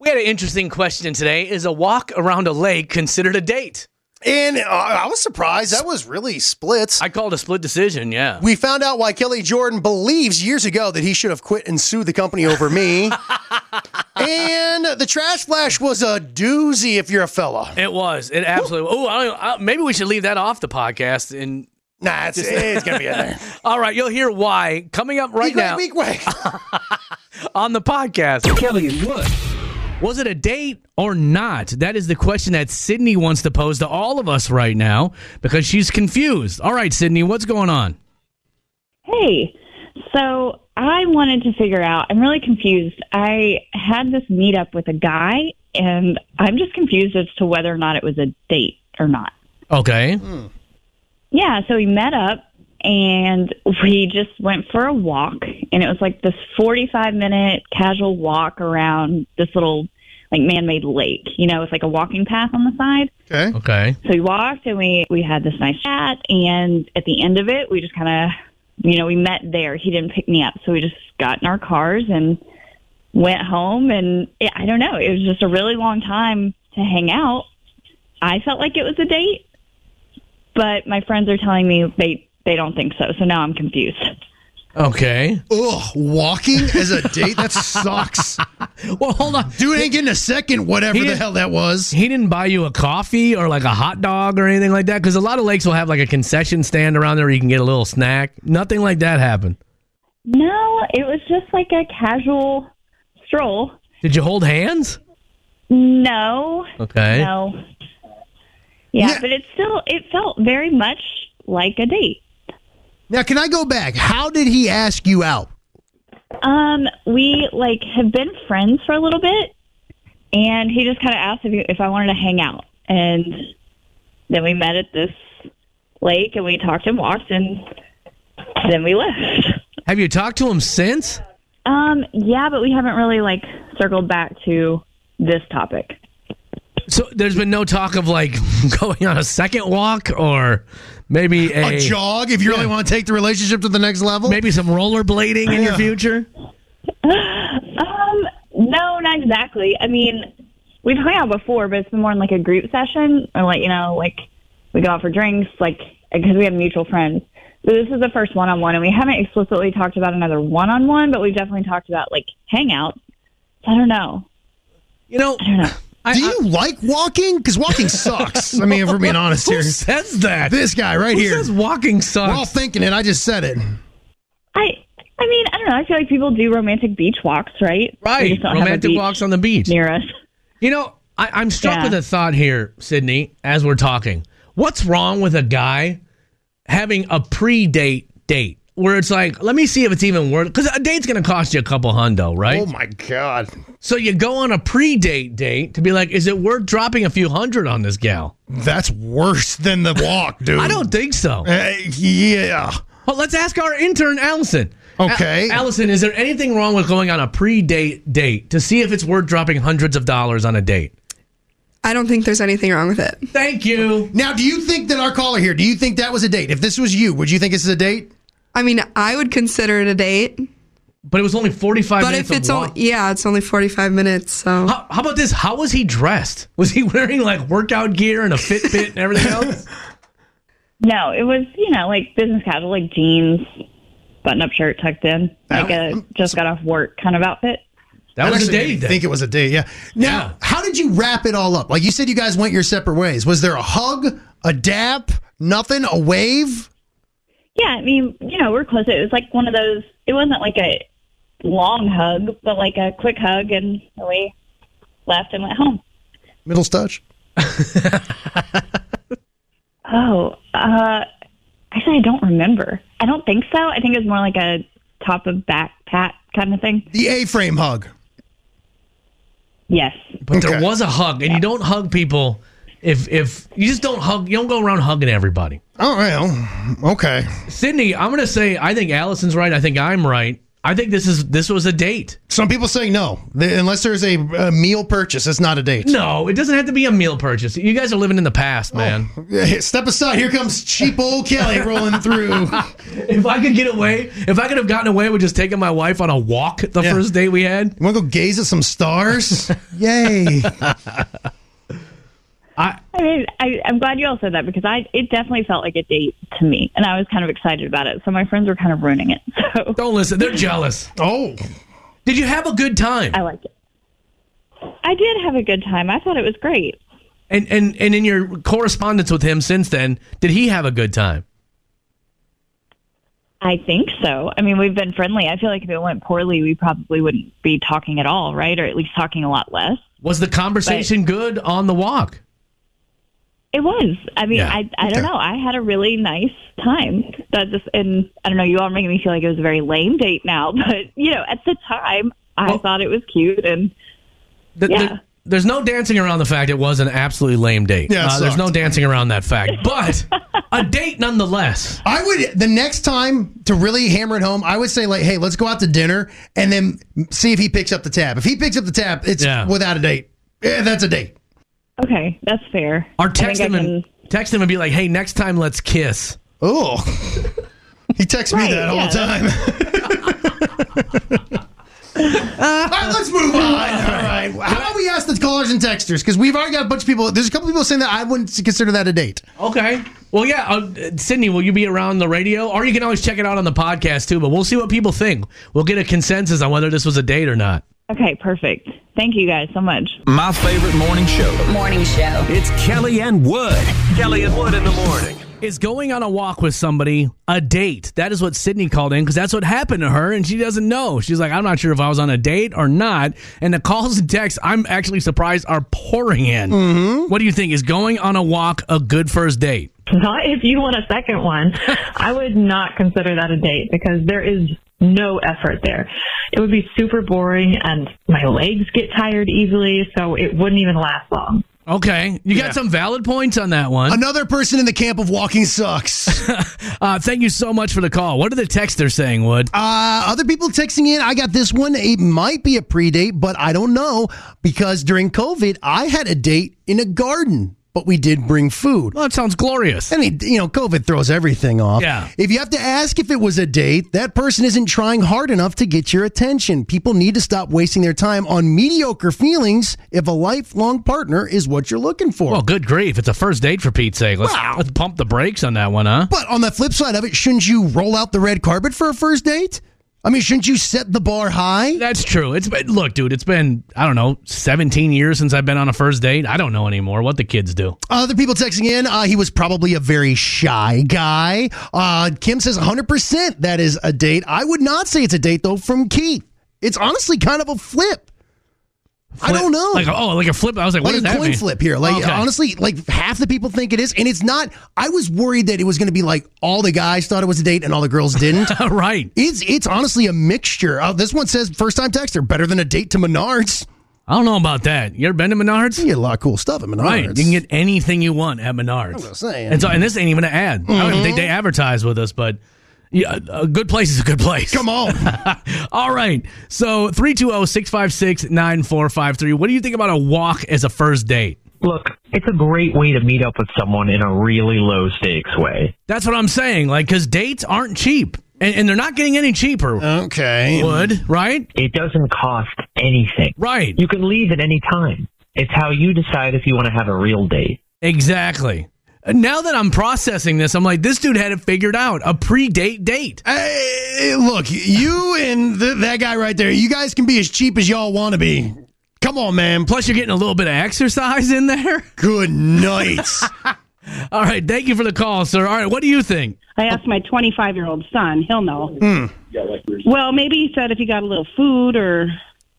We had an interesting question today. Is a walk around a lake considered a date? And uh, I was surprised. That was really splits. I called a split decision, yeah. we found out why Kelly Jordan believes years ago that he should have quit and sued the company over me. and the trash flash was a doozy if you're a fella. It was. It absolutely. Oh, I don't, I, maybe we should leave that off the podcast. And Nah, it's, it's going to be in there. all right, you'll hear why coming up right Weak, wait, now weak, wait. on the podcast. Kelly and Wood. Was it a date or not? That is the question that Sydney wants to pose to all of us right now because she's confused. All right, Sydney, what's going on? Hey, so I wanted to figure out. I'm really confused. I had this meetup with a guy, and I'm just confused as to whether or not it was a date or not. Okay. Yeah, so we met up and we just went for a walk, and it was like this 45 minute casual walk around this little like man made lake, you know, with like a walking path on the side. Okay. Okay. So we walked and we we had this nice chat, and at the end of it, we just kind of, you know, we met there. He didn't pick me up, so we just got in our cars and went home. And it, I don't know, it was just a really long time to hang out. I felt like it was a date, but my friends are telling me they they don't think so. So now I'm confused. Okay. Ugh, walking as a date? That sucks. Well, hold on. Dude ain't getting a second, whatever He the didn't- hell that was. He didn't buy you a coffee or like a hot dog or anything like that because a lot of lakes will have like a concession stand around there where you can get a little snack. Nothing like that happened. No, it was just like a casual stroll. Did you hold hands? No, Okay. No. Yeah, but it still it felt very much like a date. Now, can I go back? How did he ask you out? Um, we like have been friends for a little bit, and he just kind of asked if you, if I wanted to hang out, and then we met at this lake and we talked and walked, and then we left. Have you talked to him since? Um, yeah, but we haven't really like circled back to this topic. So there's been no talk of like going on a second walk or maybe a, A jog if you really want to take the relationship to the next level? maybe some rollerblading in your future. Um, no, not exactly. I mean, we've hung out before, but it's been more in like a group session, or like you know, like we go out for drinks, like because we have mutual friends. So this is the first one-on-one, and we haven't explicitly talked about another one-on-one, but we've definitely talked about like hangouts. I don't know. You know, Do you like walking? Because walking sucks. I mean, if we're being honest who here. says that? This guy right who here. says walking We're all sucks? thinking it. I just said it. I, I mean, I don't know. I feel like people do romantic beach walks, right? We right. just don't have a Romantic beach walks on the beach. near us. You know, I, I'm struck Yeah. with a thought here, Sydney, as we're talking. What's wrong with a guy having a pre date date where it's like, let me see if it's even worth Because a date's going to cost you a couple hundo, right? Oh my God. So you go on a pre date date to be like, is it worth dropping a few hundred on this gal? That's worse than the walk, dude. I don't think so. Uh, yeah. Well, let's ask our intern, Allison. Okay. A- Allison, is there anything wrong with going on a pre date date to see if it's worth dropping hundreds of dollars on a date? I don't think there's anything wrong with it. Thank you. Now, do you think that our caller here, do you think that was a date? If this was you, would you think this is a date? I mean, I would consider it a date, But it was only 45 but minutes if it's of walk- only yeah, it's only 45 minutes, so How, how about this? How was he dressed? Was he wearing like workout gear and a Fitbit and everything else? No, it was you know like business casual, like jeans, button-up shirt tucked in, like um, a just got off work kind of outfit. That was a Actually, I day didn't day. think it was a date, yeah. Now, Yeah. how did you wrap it all up? Like you said, you guys went your separate ways. Was there a hug, a dap, nothing, a wave? Yeah, I mean, you know, we're close. It was like one of those. It wasn't like a long hug, but like a quick hug, and we left and went home. Middle touch? Oh, uh, actually, I don't remember. I don't think so. I think it was more like a top of back pat kind of thing. The A frame hug. Yes. but there Okay. was a hug, and you don't hug people if if you just don't hug. You don't go around hugging everybody. Oh, well, okay. Sydney, I'm gonna say I think Allison's right. I think I'm right. I think this is this was a date. Some people say no, They- unless there's a, a meal purchase. It's not a date. No, it doesn't have to be a meal purchase. You guys are living in the past, Oh. man. Step aside. Here comes cheap old Kelly rolling through. If I could get away, if I could have gotten away with just taking my wife on a walk the Yeah. first date we had, You want to go gaze at some stars? Yay! I I mean, I, I'm glad you all said that because I it definitely felt like a date to me, and I was kind of excited about it. So my friends were kind of ruining it. So don't listen. They're jealous. Oh, Did you have a good time? I liked it. I did have a good time. I thought it was great. And and and in your correspondence with him since then, did he have a good time? I think so. I mean, we've been friendly. I feel like if it went poorly, we probably wouldn't be talking at all, right? Or at least talking a lot less. Was the conversation good on the walk? It was. I mean, Yeah. I I don't know. I had a really nice time. That just and I don't know. You all are making me feel like it was a very lame date now, but you know, at the time, I Well- thought it was cute and. Th- Yeah. there- there's no dancing around the fact it was an absolutely lame date. Yeah, it Uh, there's sucked. no dancing around that fact, but a date nonetheless. I would the next time to really hammer it home. I would say like, hey, let's go out to dinner and then see if he picks up the tab. If he picks up the tab, it's Yeah. without a date. Yeah, that's a date. Okay, that's fair. Or I think text I him and text him and be like, "Hey, next time let's kiss." Oh, he texts Right, me that all yeah, the time. all right, let's move on. All right, how about we ask the callers and texters because we've already got a bunch of people. There's a couple people saying that I wouldn't consider that a date. Okay. Well, yeah, uh, Sydney, will you be around the radio, or you can always check it out on the podcast too? But we'll see what people think. We'll get a consensus on whether this was a date or not. Okay, perfect. Thank you guys so much. My favorite morning show. Morning show. It's Kelly and Wood. Kelly and Wood in the morning. Is going on a walk with somebody a date? That is what Sydney called in because that's what happened to her, and she doesn't know. She's like, I'm not sure if I was on a date or not. And the calls and texts, I'm actually surprised, are pouring in. What do you think? Is going on a walk a good first date? Not if you want a second one. I would not consider that a date because there is no effort there. It would be super boring and my legs get tired easily, so it wouldn't even last long. Okay, you got some valid points on that one. Another person in the camp of walking sucks. Uh, thank you so much for the call. What are the texters saying, Wood? Oh, Uh, other people texting in, I got this one. It might be a pre date, but I don't know because during COVID, I had a date in a garden, but we did bring food. Well, that sounds glorious. I mean, you know, COVID throws everything off. Yeah. If you have to ask if it was a date, that person isn't trying hard enough to get your attention. People need to stop wasting their time on mediocre feelings if a lifelong partner is what you're looking for. Well, Oh, good grief. It's a first date for Pete's sake. Let's, Wow. let's pump the brakes on that one, huh? But on the flip side of it, shouldn't you roll out the red carpet for a first date? I mean, shouldn't you set the bar high? That's true. It's been, look, dude, it's been, I don't know, 17 years since I've been on a first date. I don't know anymore what the kids do. Other people texting in, uh, he was probably a very shy guy. Uh, Kim says 100% that is a date. I would not say it's a date, though, from Keith. It's honestly kind of a flip. I don't know. Like, oh, like a flip. I was like, what does Like a that coin mean? flip here. Like, Okay. honestly, like half the people think it is. And it's not, I was worried that it was going to be like all the guys thought it was a date and all the girls didn't. right. it's it's honestly a mixture. Uh, this one says first time texter, better than a date to Menards. I don't know about that. You ever been to Menards? You get a lot of cool stuff at Menards. Right. You can get anything you want at Menards. what I'm saying. Mm-hmm. And, so, and this ain't even an ad. I don't even think they advertise with us, but yeah, a good place is a good place. Come on. All right. So 320-656-9453. What do you think about a walk as a first date? look, it's a great way to meet up with someone in a really low stakes way. That's what I'm saying. Like, because dates aren't cheap. And, and they're not getting any cheaper. okay. Would, right? It doesn't cost anything. Right. You can leave at any time. It's how you decide if you want to have a real date. Exactly. Now that I'm processing this, I'm like, this dude had it figured out. A pre-date date. Hey, look, you and th- that guy right there, you guys can be as cheap as y'all want to be. Come on, man. Plus, you're getting a little bit of exercise in there. Good night. All right. Thank you for the call, sir. All right. What do you think? I asked my 25 year old son. He'll know. Hmm. Well, maybe he said if he got a little food or.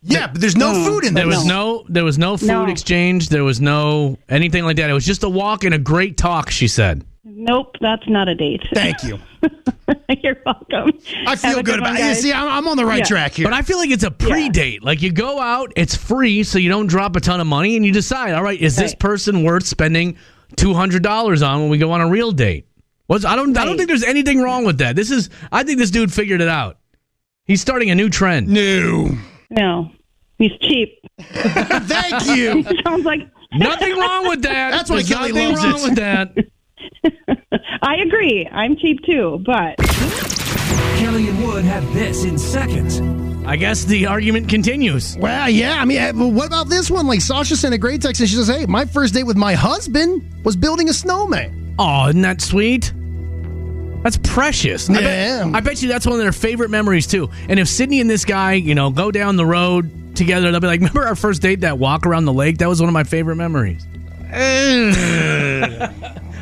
yeah, but there's no food in There there. was no, there was no food No. exchange. There was no anything like that. It was just a walk and a great talk. She said. Nope, that's not a date. Thank you. You're welcome. I feel Have a good, about one, it. Yeah, guys. See, I'm, I'm on the right Yeah. track here. But I feel like it's a pre-date. Like you go out, it's free, so you don't drop a ton of money, and you decide, all right, is this Right. person worth spending two hundred dollars on when we go on a real date? What's I don't I don't Right. think there's anything wrong with that. This is I think this dude figured it out. He's starting a new trend. No. No, he's cheap. Thank you. Sounds like Nothing wrong with that. That's why There's Kelly nothing loves wrong it. with that. I agree. I'm cheap too, but Kelly and Wood have this in seconds. I guess the argument continues. Well, yeah. I mean, eh, well, what about this one? Like, Sasha sent a great text and she says, Hey, my first date with my husband was building a snowman. Oh, isn't that sweet? That's precious. I, bet, Yeah. I bet you that's one of their favorite memories too. And if Sydney and this guy, you know, go down the road together, they'll be like, "Remember our first date? That walk around the lake? That was one of my favorite memories."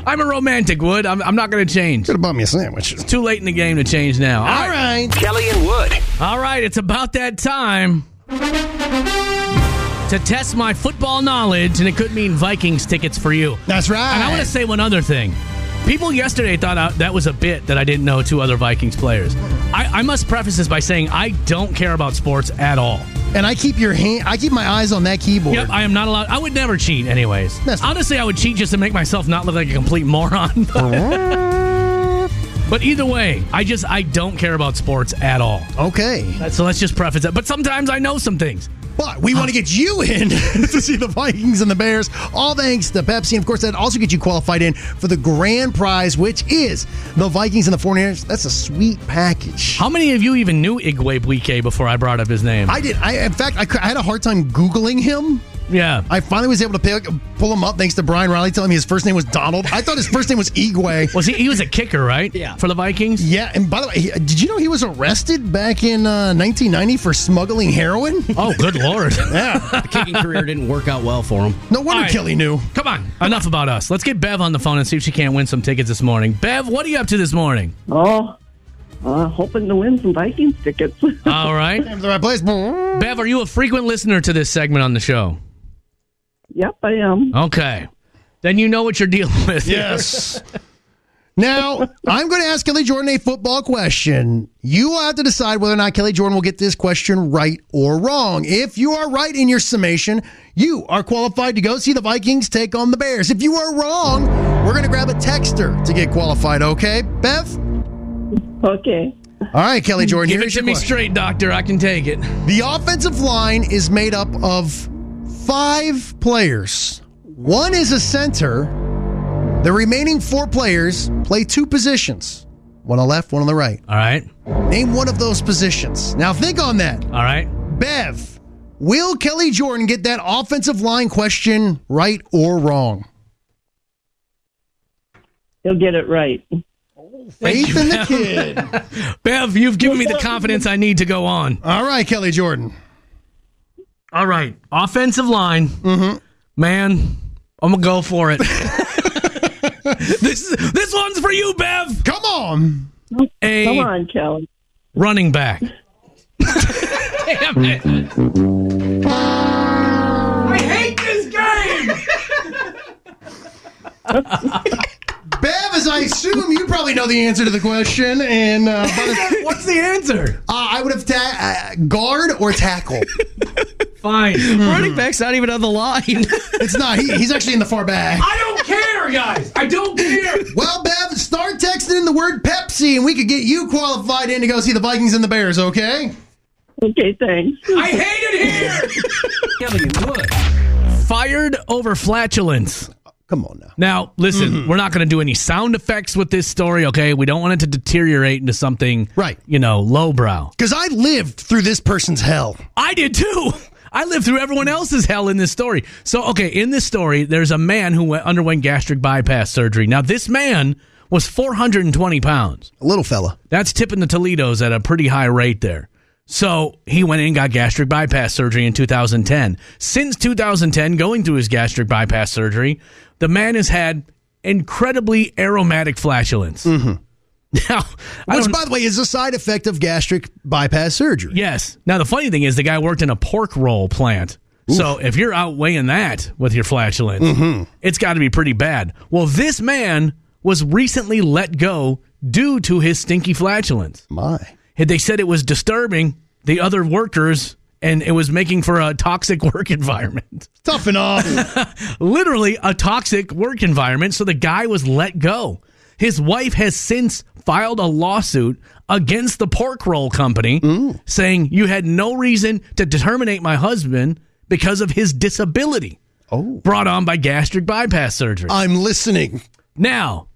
I'm a romantic, Wood. I'm, I'm not going to change. Could have bought me a sandwich. Too late in the game to change now. All All right. right. Kelly and Wood. All right, it's about that time to test my football knowledge, and it could mean Vikings tickets for you. That's right. And I want to say one other thing. People yesterday thought I, that was a bit that I didn't know two other Vikings players. I, I must preface this by saying I don't care about sports at all. And I keep your hand, I keep my eyes on that keyboard. Yep, I am not allowed. I would never cheat, anyways. That's fine. Honestly, I would cheat just to make myself not look like a complete moron. but either way, I just I don't care about sports at all. Okay. So let's just preface that. But sometimes I know some things. But we want to get you in to see the Vikings and the Bears. All thanks to Pepsi. And of course, that also gets you qualified in for the grand prize, which is the Vikings and the 49ers. That's a sweet package. How many of you even knew Igwe Buike before I brought up his name? I did. I in fact, I, cou- I had a hard time googling him. yeah. I finally was able to pick, pull him up thanks to Brian Riley telling me his first name was Donald. I thought his first name was Igwe. was he? He was a kicker, right? Yeah. For the Vikings. Yeah, and by the way, he- uh, did you know he was arrested back in uh, 1990 for smuggling heroin? Oh, good lord. Yeah, The kicking career didn't work out well for him. no wonder All right. Kelly knew. Come on. Enough about us. Let's get Bev on the phone and see if she can't win some tickets this morning. Bev, what are you up to this morning? oh, uh, hoping to win some Vikings tickets. Uh, All right. Came to the right place. Bev, are you a frequent listener to this segment on the show? yep, I am. Okay. Then you know what you're dealing with. Yes. now, I'm going to ask Kelly Jordan a football question. You will have to decide whether or not Kelly Jordan will get this question right or wrong. If you are right in your summation, you are qualified to go see the Vikings take on the Bears. If you are wrong, we're going to grab a texter to get qualified, okay, Bev? Okay. All right, Kelly Jordan, Give it here's to your me question. straight, doctor. I can take it. The offensive line is made up of five players. One is a center. The remaining four players play two positions one on the left, one on the right. All right. Name one of those positions. Now think on that. All right. Bev, will Kelly Jordan get that offensive line question right or wrong? He'll get it right. Faith in the kid. Bev, you've given me the confidence I need to go on. All right, Kelly Jordan. All right. Offensive line. Mm-hmm. Man, I'm gonna go for it. this this one's for you, Bev. Come on. A Come on, Kelly. running back. Damn it. I hate this game. Bev, as I assume you probably know the answer to the question, and uh, by the What's the answer? Uh, I would have ta- uh, guard or tackle. Fine. Running back's not even on the line. it's not. He, he's actually in the far back. I don't care, guys. I don't care. Well, Bev, start texting in the word Pepsi, and we could get you qualified in to go see the Vikings and the Bears. Okay. Okay, thanks. I hate it here. Kelly and Wood. Fired over flatulence. Come on now. Now, listen, we're not going to do any sound effects with this story, okay? We don't want it to deteriorate into something, Right. You know, lowbrow. Because I lived through this person's hell. I did too. I lived through everyone else's hell in this story. So, okay, in this story, there's a man who went, underwent gastric bypass surgery. Now, this man was 420 pounds. A little fella. That's tipping the Toledos at a pretty high rate there. So he went in and got gastric bypass surgery in 2010. Since 2010, going through his gastric bypass surgery, the man has had incredibly aromatic flatulence. Mm-hmm. Now, I Which, don't- by the way, is a side effect of gastric bypass surgery. Yes. Now the funny thing is the guy worked in a pork roll plant. So if you're outweighing that with your flatulence, it's got to be pretty bad. Well, this man was recently let go due to his stinky flatulence. My. They said it was disturbing the other workers and it was making for a toxic work environment. Tough and off. Literally a toxic work environment. So the guy was let go. His wife has since filed a lawsuit against the pork roll company saying you had no reason to terminate my husband because of his disability. Oh. Brought on by gastric bypass surgery. I'm listening. Now,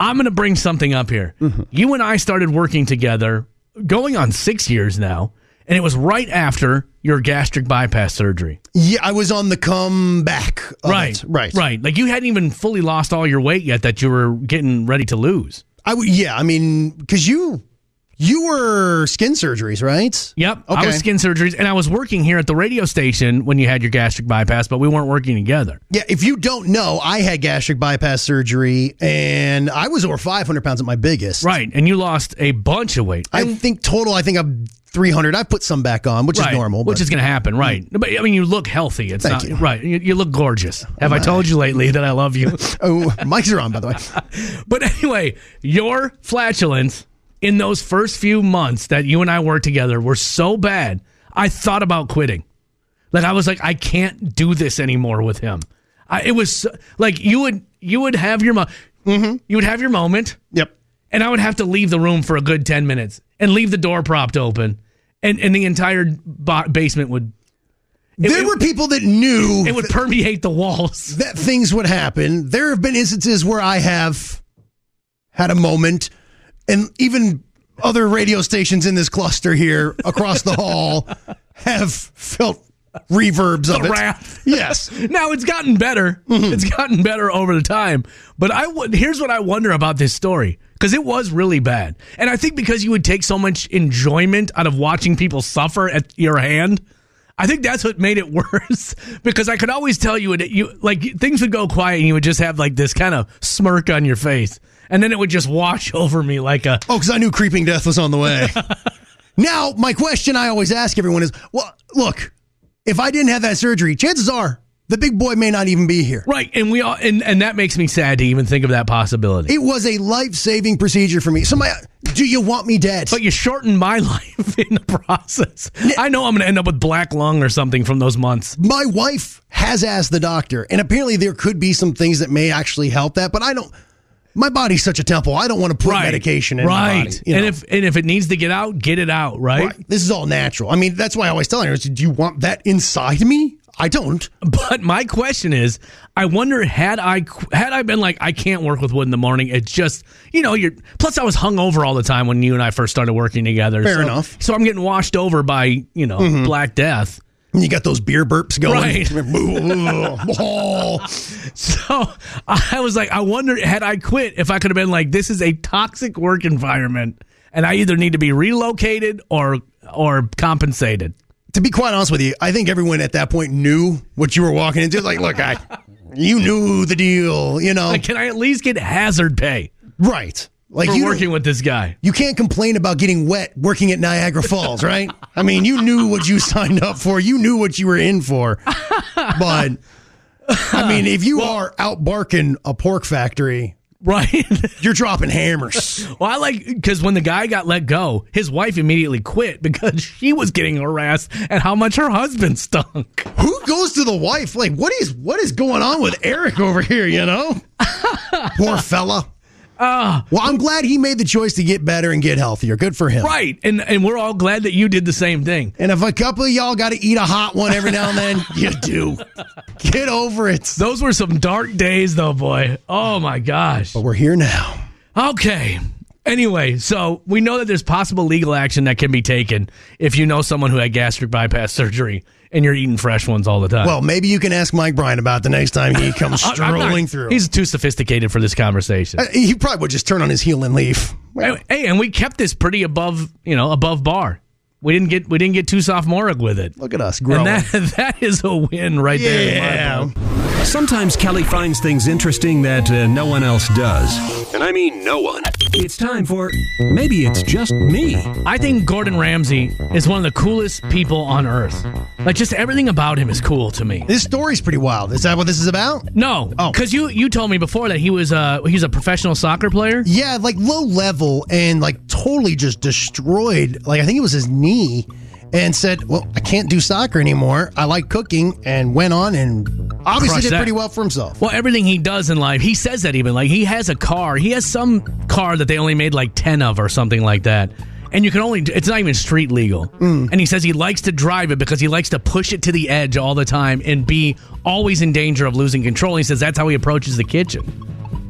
I'm going to bring something up here. Mm-hmm. You and I started working together going on six years now, and it was right after your gastric bypass surgery. Yeah, I was on the comeback. of Right. it. Oh, Right. Right. Like you hadn't even fully lost all your weight yet that you were getting ready to lose. I w- yeah, I mean, because you you were skin surgeries, right? Yep. I Okay. was skin surgeries, and I was working here at the radio station when you had your gastric bypass, but we weren't working together. Yeah, if you don't know, I had gastric bypass surgery, and I was over 500 pounds at my biggest. Right. And you lost a bunch of weight. I think total, I think I'm 300. I put some back on, which Right, is normal. Which but- Mm. is going to happen, right? But I mean, you look healthy. It's not Thank you. right. You, you look gorgeous. Have I told you lately that I love you? oh, mics are on, by the way. But anyway, your flatulence in those first few months that you and I worked together were so bad, I thought about quitting. Like I was like, I can't do this anymore with him. I, it was so- like you would you would have your mo- you would have your moment, Yep. and I would have to leave the room for a good ten minutes and leave the door propped open, and and the entire bo- basement would there it- were people that knew it would permeate the walls. that things would happen. There have been instances where I have had a moment, and even other radio stations in this cluster here across the hall have felt reverbs of The it. wrath. Yes. Now it's gotten better. It's gotten better over the time. But I w- here's what I wonder about this story because it was really bad, and I think because you would take so much enjoyment out of watching people suffer at your hand. I think that's what made it worse because I could always tell you, and it- you like things would go quiet, and you would just have like this kind of smirk on your face, and then it would just wash over me like a Oh, because I knew creeping death was on the way. now, my question I always ask everyone is well, look, if I didn't have that surgery, chances are the big boy may not even be here. right. And we all, and and that makes me sad to even think of that possibility. It was a life saving procedure for me. Somebody, do you want me dead? But you shortened my life in the process. I know I'm going to end up with black lung or something from those months. my wife has asked the doctor, and apparently there could be some things that may actually help that, but I don't. My body's such a temple. I don't want to put medication in right. my body. you and know. if and if it needs to get out, get it out. Right. Right. this is all natural. I mean, that's why I always tell her, "Do you want that inside me?" I don't. But my question is, I wonder had I qu- had I been like I can't work with wood in the morning. It's just you know you're. Plus, I was hungover all the time when you and I first started working together. Fair so, enough. Mm-hmm. So I'm getting washed over by you know black death. You got those beer burps going. Right. Oh. So I was like, I wonder had I quit if I could have been like, this is a toxic work environment, and I either need to be relocated or or compensated. to be quite honest with you, I think everyone at that point knew what you were walking into. Like, look, I, you knew the deal. You know, Like, can I at least get hazard pay right? Like for you don't- working with this guy? You can't complain about getting wet working at Niagara Falls, right? I mean, you knew what you signed up for. You knew what you were in for. But I mean, if you are out barking a pork factory, Right. you're dropping hammers. well, I like because when the guy got let go, his wife immediately quit because she was getting harassed at how much her husband stunk. Who goes to the wife? Like, what is what is going on with Eric over here, you know? Poor fella. Ah. well, I'm glad he made the choice to get better and get healthier. Good for him. Right. And and we're all glad that you did the same thing. And if a couple of y'all got to eat a hot one every now and then, you do. Get over it. Those were some dark days, though, boy. Oh my gosh. But we're here now. Okay. Anyway, so we know that there's possible legal action that can be taken if you know someone who had gastric bypass surgery and you're eating fresh ones all the time. Well, maybe you can ask Mike Bryan about the next time he comes I- I'm not- strolling through. He's too sophisticated for this conversation. Uh, he probably would just turn on his heel and leave. Hey, hey, and we kept this pretty above, you know, above bar. We didn't get we didn't get too sophomoric with it. Look at us And growing. that that is a win right there. in my Yeah. book. Sometimes Kelly finds things interesting that uh, no one else does. And I mean no one. It's time for Maybe It's Just Me. I think Gordon Ramsay is one of the coolest people on earth. Like just everything about him is cool to me. this story's pretty wild. Is that what this is about? No, Oh. because you you told me before that he was uh he was a professional soccer player. Yeah, like low level and like totally just destroyed. Like I think it was his knee, and said, "Well, I can't do soccer anymore. I like cooking," and went on and obviously Crush did that. pretty well for himself. Well, everything he does in life, he says that even. Like, he has a car. He has some car that they only made like 10 of or something like that. And you can only, it's not even street legal. And he says he likes to drive it because he likes to push it to the edge all the time and be always in danger of losing control. He says that's how he approaches the kitchen.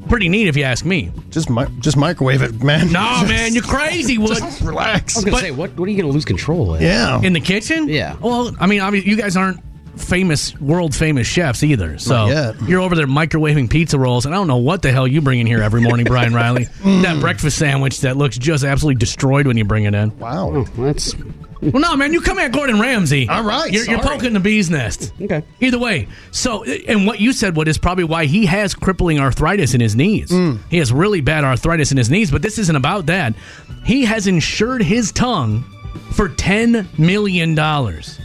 Pretty neat if you ask me. Just mi- just microwave it, man. No, man, you're crazy, Wood. Just relax. I was gonna say, what, what are you gonna lose control of? Oh. Yeah. In the kitchen? Yeah. Well, I mean, obviously, you guys aren't famous, world famous chefs either. So yet. you're over there microwaving pizza rolls, and I don't know what the hell you bring in here every morning, Brian Riley. That breakfast sandwich that looks just absolutely destroyed when you bring it in. Wow. that's. Well, no, man, you come at Gordon Ramsay. All right, You're, you're sorry. poking the bee's nest. Okay. Either way, so and what you said, what is probably why he has crippling arthritis in his knees. Mm. He has really bad arthritis in his knees, but this isn't about that. He has insured his tongue for ten million dollars.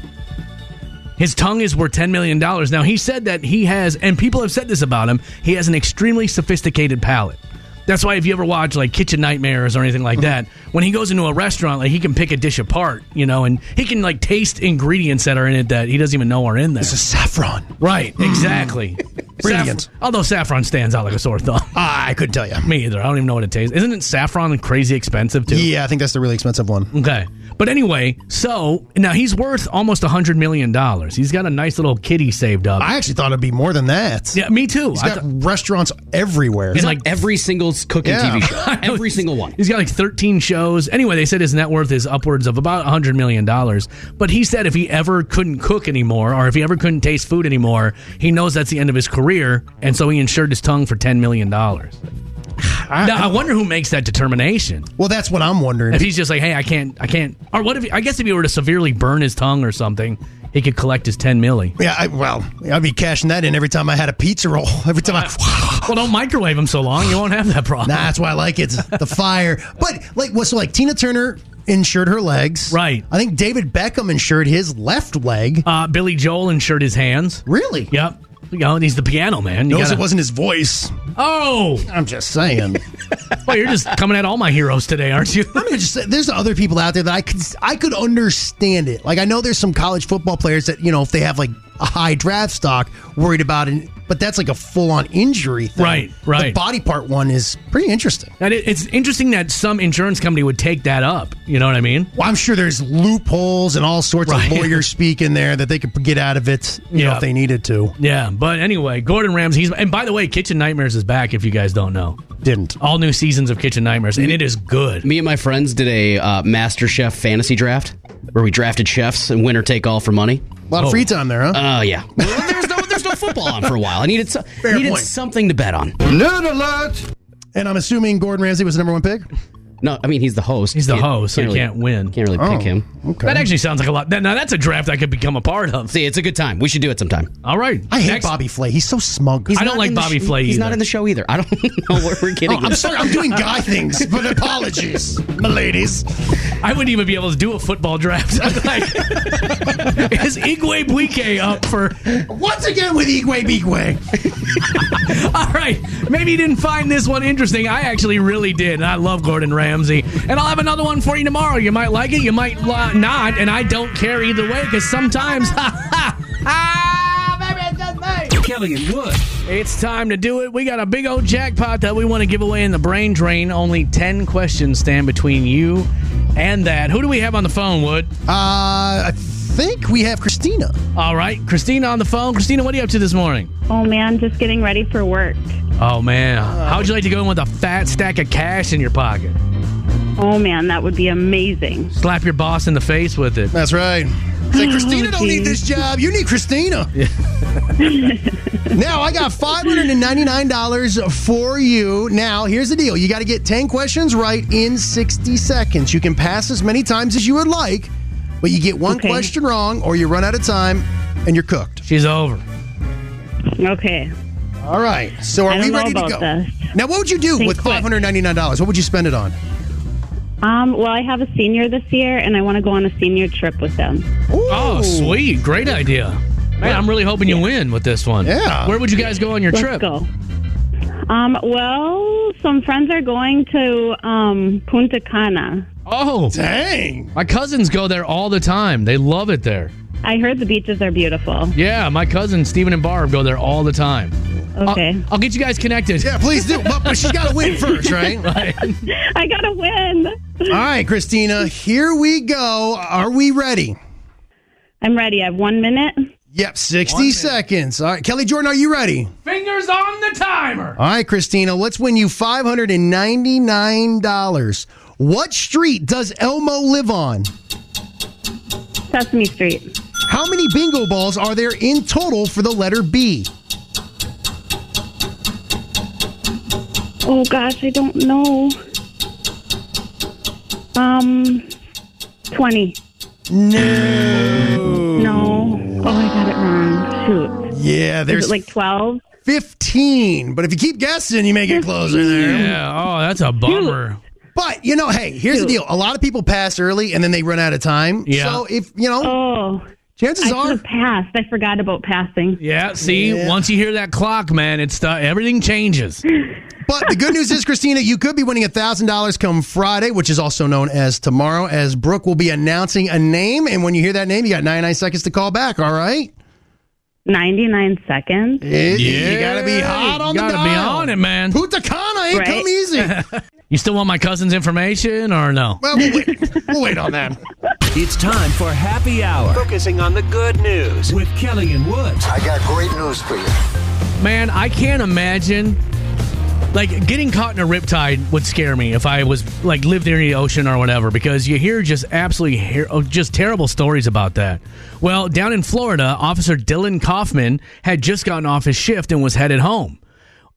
His tongue is worth $10 million. Now, he said that he has, and people have said this about him, he has an extremely sophisticated palate. That's why if you ever watch like Kitchen Nightmares or anything like that, when he goes into a restaurant, like he can pick a dish apart, you know, and he can like taste ingredients that are in it that he doesn't even know are in there. This is saffron. right, exactly. Brilliant. Uh, Saff- although saffron stands out like a sore thumb. I could tell you. Me either. I don't even know what it tastes. Isn't it saffron crazy expensive too? Yeah, I think that's the really expensive one. Okay. But anyway, so now he's worth almost a $100 million. He's got a nice little kitty saved up. I actually thought it'd be more than that. Yeah, me too. He's I got thought- restaurants everywhere. It's like every single cooking Yeah. TV show. Every single one. he's got like 13 shows. Anyway, they said his net worth is upwards of about $100 million. But he said if he ever couldn't cook anymore or if he ever couldn't taste food anymore, he knows that's the end of his career. And so he insured his tongue for $10 million. Now, I wonder who makes that determination. Well, that's what I'm wondering. If he's just like, hey, I can't, I can't. Or what if, I guess if he were to severely burn his tongue or something, he could collect his 10 milli. Yeah, I, well, I'd be cashing that in every time I had a pizza roll. Every time I. Well, don't microwave him so long. You won't have that problem. Nah, that's why I like it. The fire. But like what's so like Tina Turner insured her legs. Right. I think David Beckham insured his left leg. Uh, Billy Joel insured his hands. Really? Yep. You know, and he's the piano man. You Knows gotta- it wasn't his voice. Oh, I'm just saying. well, you're just coming at all my heroes today, aren't you? I'm gonna just say, there's other people out there that I could I could understand it. Like I know there's some college football players that you know if they have like a high draft stock, worried about it. But that's like a full on injury thing. Right, right. The body part one is pretty interesting. And it, it's interesting that some insurance company would take that up. You know what I mean? Well, I'm sure there's loopholes and all sorts Right. of lawyer speak in there that they could get out of it, you know, Yeah. if they needed to. Yeah. But anyway, Gordon Ramsay. He's, and by the way, Kitchen Nightmares is back. If you guys don't know, Didn't. all new seasons of Kitchen Nightmares, and it is good. Me and my friends did a uh, Master Chef fantasy draft where we drafted chefs and winner take all for money. A lot of free time there, huh? Uh, Oh yeah. Well, there's no there's no football on for a while. I needed so, needed point. something to bet on. and I'm assuming Gordon Ramsay was the number one pick. No, I mean he's the host. He's the Can't- host, so you really- can't win. Can't really pick him. Okay. That actually sounds like a lot. That, now that's a draft I could become a part of. See, it's a good time. We should do it sometime. All right. I hate Next- Bobby Flay. He's so smug. I don't not like in the Bobby sh- Flay He's either. not in the show either. I don't know where we're getting. I'm this. sorry. I'm doing guy things, but apologies, my ladies. I wouldn't even be able to do a football draft. I'm like, is Igwe Buike up for? Once again with Igwe Bigwe. All right, maybe you didn't find this one interesting. I actually really did, and I love Gordon Ramsay. And I'll have another one for you tomorrow. You might like it, you might li- not, and I don't care either way because sometimes. Kelly and Wood. It's time to do it. We got a big old jackpot that we want to give away in the brain drain. Only 10 questions stand between you and that. Who do we have on the phone, Wood? Uh, I think we have Christina. All right, Christina on the phone. Christina, what are you up to this morning? Oh man, just getting ready for work. Oh man, how would you like to go in with a fat stack of cash in your pocket? Oh man, that would be amazing. Slap your boss in the face with it. That's right. Say, Christina don't need geez. this job. You need Christina. now I got five hundred and ninety nine dollars for you. Now here's the deal: you got to get ten questions right in sixty seconds. You can pass as many times as you would like, but you get one Okay. question wrong or you run out of time, and you're cooked. She's over. Okay. All right. So I are don't we know ready to about go? this. Now, what would you do Think with quick. five hundred ninety nine dollars? What would you spend it on? Um, well, I have a senior this year, and I want to go on a senior trip with them. Oh, sweet. Great idea. Man, I'm really hoping you win with this one. Yeah. Where would you guys go on your Let's trip? go. Um, well, some friends are going to um, Punta Cana. Oh, dang! My cousins go there all the time. They love it there. I heard the beaches are beautiful. Yeah, my cousins Steven and Barb go there all the time. Okay. I'll, I'll get you guys connected. Yeah, please do. But, but she's got to win first, right? I gotta win. All right, Christina, here we go. Are we ready? I'm ready. I have one minute. Yep, 60 seconds. All right, Kelly Jordan, are you ready? Fingers on the timer. All right, Christina, let's win you $599. What street does Elmo live on? Sesame Street. How many bingo balls are there in total for the letter B? Oh gosh, I don't know. Um, twenty. No. No. Oh, I got it wrong. Shoot. Yeah, Is there's it like twelve. 15. But if you keep guessing, you may get closer there. Yeah. Oh, that's a bummer. But you know, hey, here's the Dude. deal. A lot of people pass early and then they run out of time. Yeah. So if you know, Oh, chances I are should have passed. I forgot about passing. Yeah. See, once you hear that clock, man, it's uh, everything changes. But the good news is, Christina, you could be winning $1,000 come Friday, which is also known as tomorrow, as Brooke will be announcing a name. And when you hear that name, you got 99 seconds to call back, all right? Ninety-nine seconds. It- You got to be hot on you the gotta dial. be on it, man. Putacana ain't Right. come easy. You still want my cousin's information or no? Well, we'll wait, we'll wait on that. It's time for happy hour. Focusing on the good news with Kelly and Wood. I got great news for you. Man, I can't imagine. Like getting caught in a riptide would scare me if I was like lived near the ocean or whatever because you hear just absolutely her- oh, just terrible stories about that. Well, down in Florida, Officer Dylan Kaufman had just gotten off his shift and was headed home.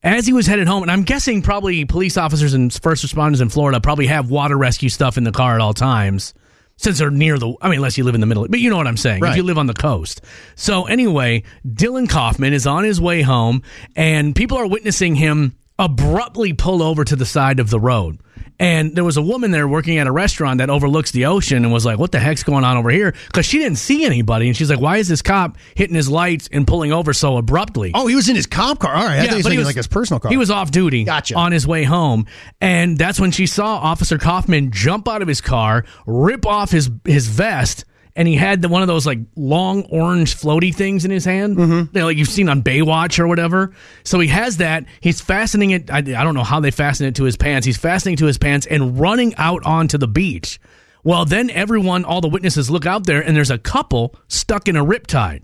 As he was headed home, and I'm guessing probably police officers and first responders in Florida probably have water rescue stuff in the car at all times since they're near the I mean unless you live in the middle but you know what I'm saying if Right. you live on the coast. So anyway, Dylan Kaufman is on his way home and people are witnessing him abruptly pull over to the side of the road. And there was a woman there working at a restaurant that overlooks the ocean and was like, "What the heck's going on over here?" cuz she didn't see anybody and she's like, "Why is this cop hitting his lights and pulling over so abruptly?" Oh, he was in his cop car. All right. I thought he was but thinking like his personal car. He was off duty Gotcha. on his way home. And that's when she saw Officer Kaufman jump out of his car, rip off his, his vest, and he had the, one of those like long orange floaty things in his hand, Mm-hmm. you know, like you've seen on Baywatch or whatever. So he has that. He's fastening it. I, I don't know how they fasten it to his pants. He's fastening to his pants and running out onto the beach. Well, then everyone, all the witnesses look out there, and there's a couple stuck in a riptide.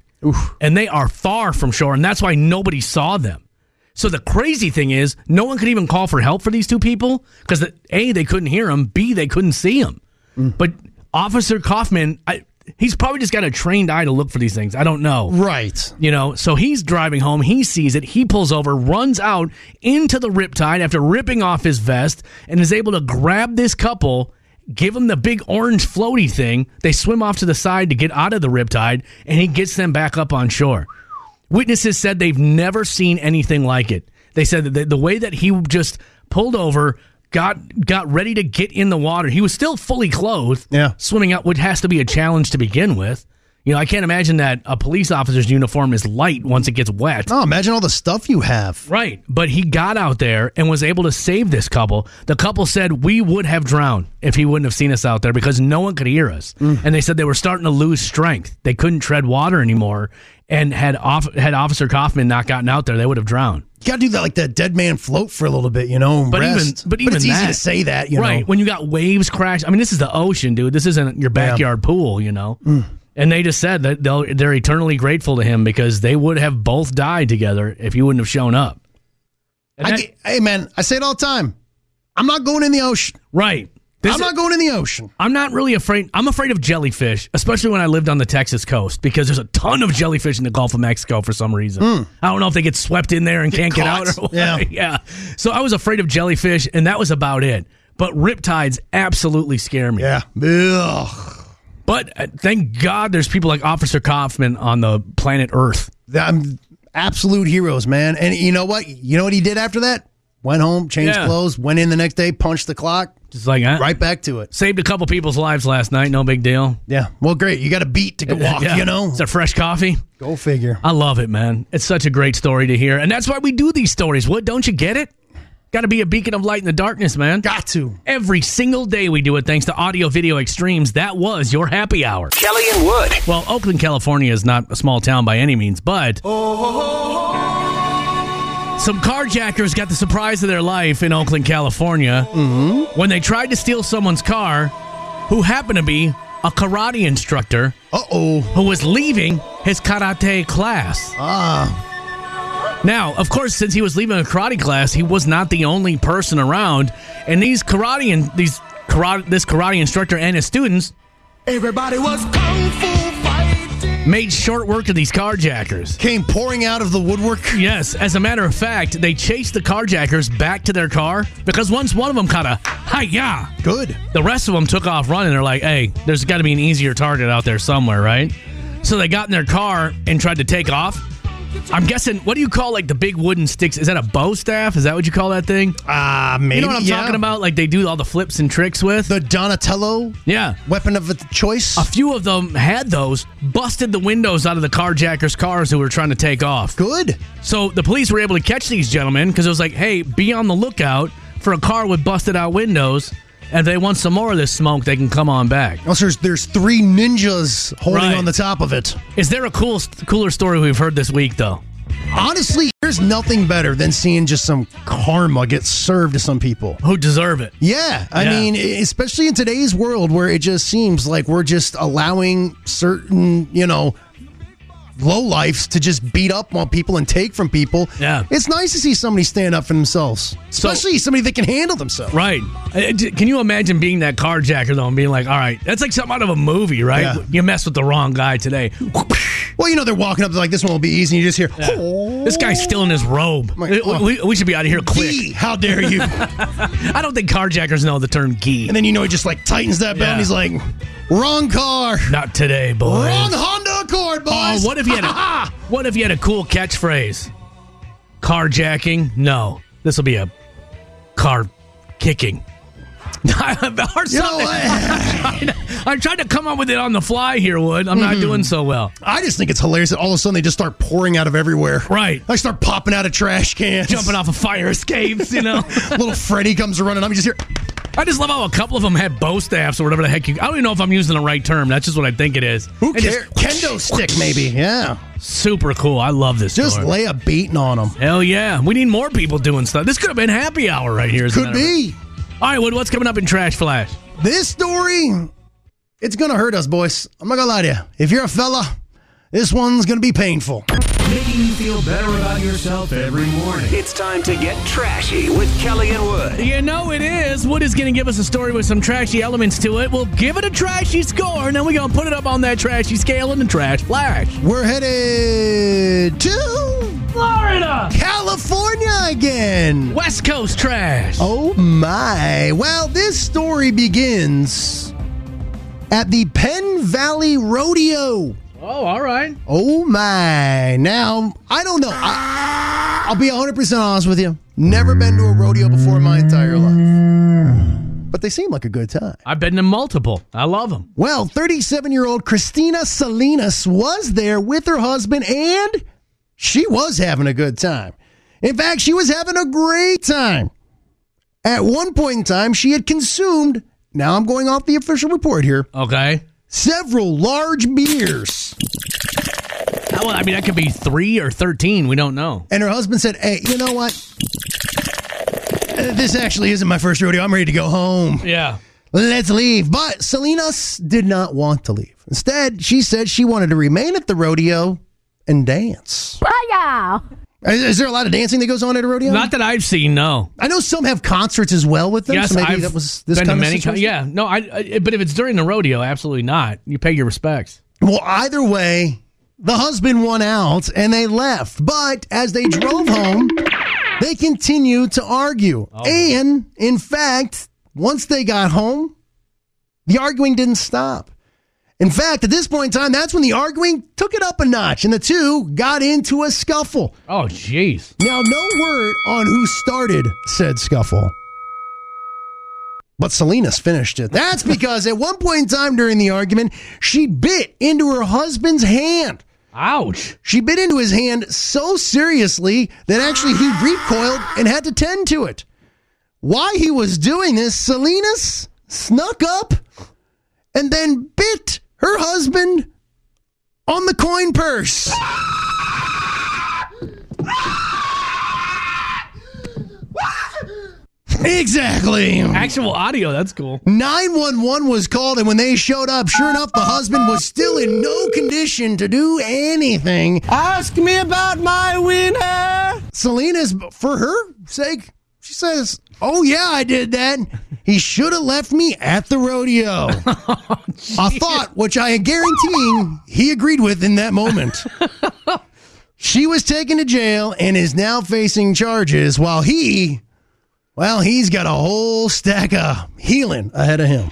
And they are far from shore, and that's why nobody saw them. So the crazy thing is, no one could even call for help for these two people because a they couldn't hear them, b they couldn't see them. But Officer Kaufman, I, he's probably just got a trained eye to look for these things. I don't know, right. you know. So he's driving home, he sees it, he pulls over, runs out into the riptide after ripping off his vest, and is able to grab this couple. Give them the big orange floaty thing. They swim off to the side to get out of the riptide, and he gets them back up on shore. Witnesses said they've never seen anything like it. They said that the, the way that he just pulled over, got got ready to get in the water. He was still fully clothed, Yeah. swimming out, which has to be a challenge to begin with. You know, I can't imagine that a police officer's uniform is light once it gets wet. Oh, imagine all the stuff you have. Right. But he got out there and was able to save this couple. The couple said, We would have drowned if he wouldn't have seen us out there because no one could hear us. And they said they were starting to lose strength. They couldn't tread water anymore. And had off had Officer Kaufman not gotten out there, they would have drowned. You got to do that like that dead man float for a little bit, you know, and But even- rest. but even it's easy that- to say that, you right. know. When you got waves crash I mean, this is the ocean, dude. This isn't your backyard pool, you know. Mm. And they just said that they'll, they're eternally grateful to him because they would have both died together if he wouldn't have shown up. And I that- get, hey, man, I say it all the time. I'm not going in the ocean. right. This I'm not going in the ocean. I'm not really afraid. I'm afraid of jellyfish, especially when I lived on the Texas coast because there's a ton of jellyfish in the Gulf of Mexico for some reason. I don't know if they get swept in there and can't Mm. caught. get out. Or what. Yeah. yeah. So I was afraid of jellyfish, and that was about it. But riptides absolutely scare me. Yeah. Ugh. But uh, thank God there's people like Officer Kaufman on the planet Earth. I'm absolute heroes, man. And you know what? You know what he did after that? Went home, changed Yeah. clothes, went in the next day, punched the clock, Just like I right back to it. saved a couple people's lives last night. No big deal. Yeah. Well, great. You got a beat to go walk, Yeah. you know? it's a Uh, fresh coffee. Go figure. I love it, man. It's such a great story to hear. And that's why we do these stories. What? Don't you get it? Got to be a beacon of light in the darkness, man. Got to. Every single day we do it thanks to Audio Video Extremes. That was your happy hour. Kelly and Wood. Well, Oakland, California is not a small town by any means, but. Some carjackers got the surprise of their life in Oakland, California mm-hmm. when they tried to steal someone's car who happened to be a karate instructor. Uh-oh. Who was leaving his karate class. Ah. Now, of course, since he was leaving a karate class, he was not the only person around. And these karate and these karate this karate instructor and his students Everybody was kung fu fighting. made short work of these carjackers. Came pouring out of the woodwork. Yes, as a matter of fact, they chased the carjackers back to their car because once one of them caught a hi-ya, Good. the rest of them took off running. They're like, hey, there's got to be an easier target out there somewhere, right? So they got in their car and tried to take off. I'm guessing, what do you call like the big wooden sticks? Is that a bow staff? Is that what you call that thing? Ah, uh, maybe. You know what I'm yeah. talking about? Like they do all the flips and tricks with? The Donatello yeah. weapon of the choice. A few of them had those, busted the windows out of the carjackers' cars who were trying to take off. Good. So the police were able to catch these gentlemen because it was like, hey, be on the lookout for a car with busted out windows. And if they want some more of this smoke, they can come on back. Also, Oh, there's, there's three ninjas holding Right. on the top of it. Is there a cool, cooler story we've heard this week, though? Honestly, there's nothing better than seeing just some karma get served to some people. Who deserve it? Yeah, I Yeah. mean, e-, especially in today's world where it just seems like we're just allowing certain, you know, low lifes to just beat up on people and take from people. Yeah. It's nice to see somebody stand up for themselves, especially somebody that can handle themselves. Right. Uh, d- Can you imagine being that carjacker, though, and being like, all right, that's like something out of a movie, right? Yeah. You mess with the wrong guy today. Well, you know, they're walking up like this one will be easy. And you just hear, "Oh, This guy's still in his robe. My- We- oh. we, we should be out of here quick. gee, how dare you? I don't think carjackers know the term gee. and then you know he just like tightens that belt. Yeah. and He's like, wrong car, Not today, boys. wrong Honda Accord, boys. Oh, what if you had a what if you had a cool catchphrase? Carjacking? No, this will be a car kicking. or You know something. what? I tried to come up with it on the fly here, Wood. I'm Mm-hmm. not doing so well. I just think it's hilarious that all of a sudden they just start pouring out of everywhere. Right. I start popping out of trash cans. Jumping off of fire escapes, you know. Little Freddy comes running. I'm just here. I just love how a couple of them had bow staffs or whatever the heck you. I don't even know if I'm using the right term. That's just what I think it is. Who It cares? just- Kendo stick, maybe. Yeah. Super cool. I love this. Just story. lay a beating on them. Hell yeah. We need more people doing stuff. This could have been happy hour right here. as a Could matter of be. All right, Wood, what's coming up in Trash Flash? This story, it's going to hurt us, boys. I'm not going to lie to you. If you're a fella, this one's going to be painful. Making you feel better about yourself every morning. It's time to get trashy with Kelly and Wood. You know it is. Wood is going to give us a story with some trashy elements to it. We'll give it a trashy score, and then we're going to put it up on that trashy scale in the Trash Flash. We're headed to Florida! California again. West Coast Trash. Oh my. Well, this story begins at the Penn Valley Rodeo. Oh, all right. Oh my. Now, I don't know. I, I'll be 100% honest with you. Never been to a rodeo before in my entire life. But they seem like a good time. I've been to multiple. I love them. Well, 37 year old Christina Salinas was there with her husband and she was having a good time. In fact, she was having a great time. At one point in time, she had consumed, now I'm going off the official report here, Okay. several large beers. Well, I mean, that could be three or 13. We don't know. And her husband said, Hey, you know what? Uh, This actually isn't my first rodeo. I'm ready to go home. Yeah. Let's leave. But Salinas did not want to leave. Instead, she said she wanted to remain at the rodeo and dance. Is, is there a lot of dancing that goes on at a rodeo? Not that I've seen, no. I know some have concerts as well with them. Yes, so maybe I've that was this been kind to of many. co- situation? yeah, no, I, I. But if it's during the rodeo, absolutely not. You pay your respects. Well, either way, the husband won out and they left. But as they drove home, they continued to argue. And in fact, once they got home, the arguing didn't stop. In fact, at this point in time, that's when the arguing took it up a notch and the two got into a scuffle. Oh, jeez. Now, no word on who started said scuffle. But Salinas finished it. That's because at one point in time during the argument, she bit into her husband's hand. Ouch. She bit into his hand so seriously that actually he recoiled and had to tend to it. Why he was doing this, Salinas snuck up and then bit her husband on the coin purse. Exactly. Actual audio. That's cool. 911 was called, and when they showed up, sure enough, the husband was still in no condition to do anything. Ask me about my winner. Selena's, for her sake, she says, Oh, yeah, I did that. He should have left me at the rodeo. Oh, a thought which I am guaranteeing he agreed with in that moment. she was taken to jail and is now facing charges while he well, he's got a whole stack of healing ahead of him.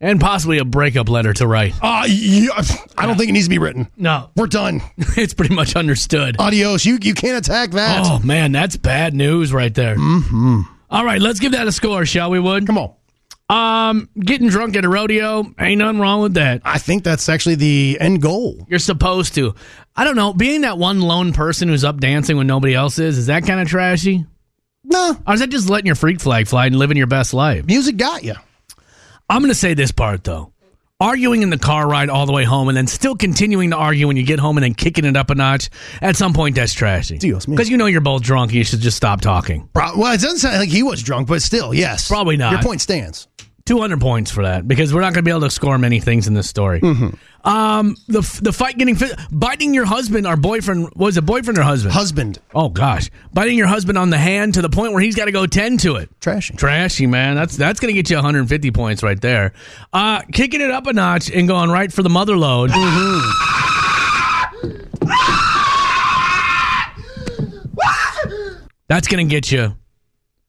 And possibly a breakup letter to write. Uh, yeah, I don't think it needs to be written. No. We're done. it's pretty much understood. Adios. You, you can't attack that. Oh, man, that's bad news right there. Mm-hmm. All right, let's give that a score, shall we, Wood? Come on. Um, getting drunk at a rodeo ain't nothing wrong with that. I think that's actually the end goal. You're supposed to. I don't know. Being that one lone person who's up dancing when nobody else is is that kind of trashy? No. Nah. Or is that just letting your freak flag fly and living your best life? Music got you. I'm gonna say this part though. Arguing in the car ride all the way home and then still continuing to argue when you get home and then kicking it up a notch, at some point that's trashy. Because you know you're both drunk and you should just stop talking. Well, it doesn't sound like he was drunk, but still, yes. Probably not. Your point stands. 200 points for that because we're not going to be able to score many things in this story. Mm-hmm. Um, the the fight getting biting your husband or boyfriend was it boyfriend or husband? Husband. Oh gosh, biting your husband on the hand to the point where he's got to go tend to it. Trashy. Trashy man. That's that's going to get you 150 points right there. Uh, kicking it up a notch and going right for the mother load. Mm-hmm. that's going to get you.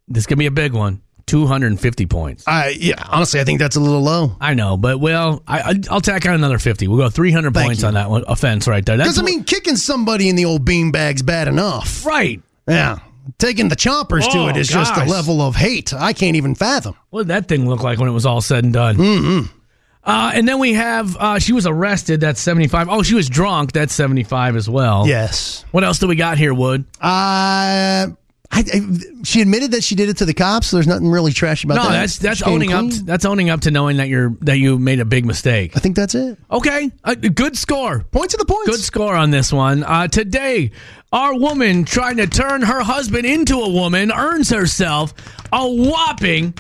This going to be a big one. 250 points. I uh, yeah, honestly, I think that's a little low. I know, but well, I, will tack on another 50. We'll go 300 Thank points you. on that one offense right there. Because I mean, kicking somebody in the old beanbag's bad enough, right? Yeah. Taking the chompers oh, to it is gosh. just a level of hate I can't even fathom. What did that thing look like when it was all said and done? Mm-hmm. Uh, and then we have uh, she was arrested. That's seventy five. Oh, she was drunk. That's seventy five as well. Yes. What else do we got here, Wood? Uh I, I, she admitted that she did it to the cops. So there's nothing really trash about no, that. No, that's that's owning clean. up. To, that's owning up to knowing that you're that you made a big mistake. I think that's it. Okay, uh, good score. Points of the points. Good score on this one. Uh, today, our woman trying to turn her husband into a woman earns herself a whopping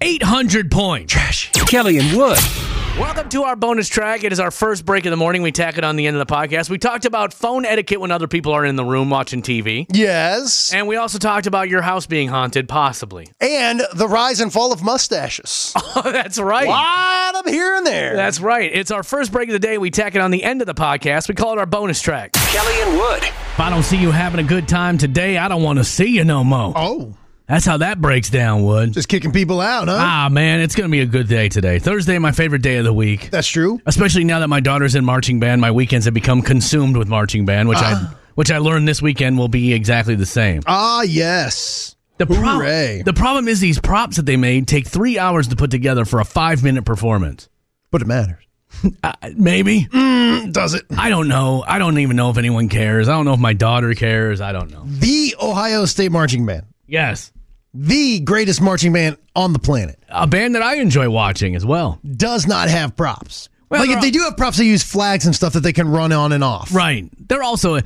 800 points. Trash. Kelly and Wood. Welcome to our bonus track. It is our first break of the morning. We tack it on the end of the podcast. We talked about phone etiquette when other people are in the room watching TV. Yes. And we also talked about your house being haunted, possibly. And the rise and fall of mustaches. Oh, that's right. Lot of here and there. That's right. It's our first break of the day. We tack it on the end of the podcast. We call it our bonus track. Kelly and Wood. If I don't see you having a good time today, I don't want to see you no more. Oh. That's how that breaks down, Wood. Just kicking people out, huh? Ah, man, it's going to be a good day today. Thursday, my favorite day of the week. That's true. Especially now that my daughter's in marching band, my weekends have become consumed with marching band, which uh, I which I learned this weekend will be exactly the same. Ah, yes. The, prob- the problem is these props that they made take three hours to put together for a five minute performance. But it matters. Uh, maybe. Mm, does it? I don't know. I don't even know if anyone cares. I don't know if my daughter cares. I don't know. The Ohio State Marching Band. Yes the greatest marching band on the planet. A band that I enjoy watching as well. Does not have props. Well, like if they do have props, they use flags and stuff that they can run on and off. Right. They're also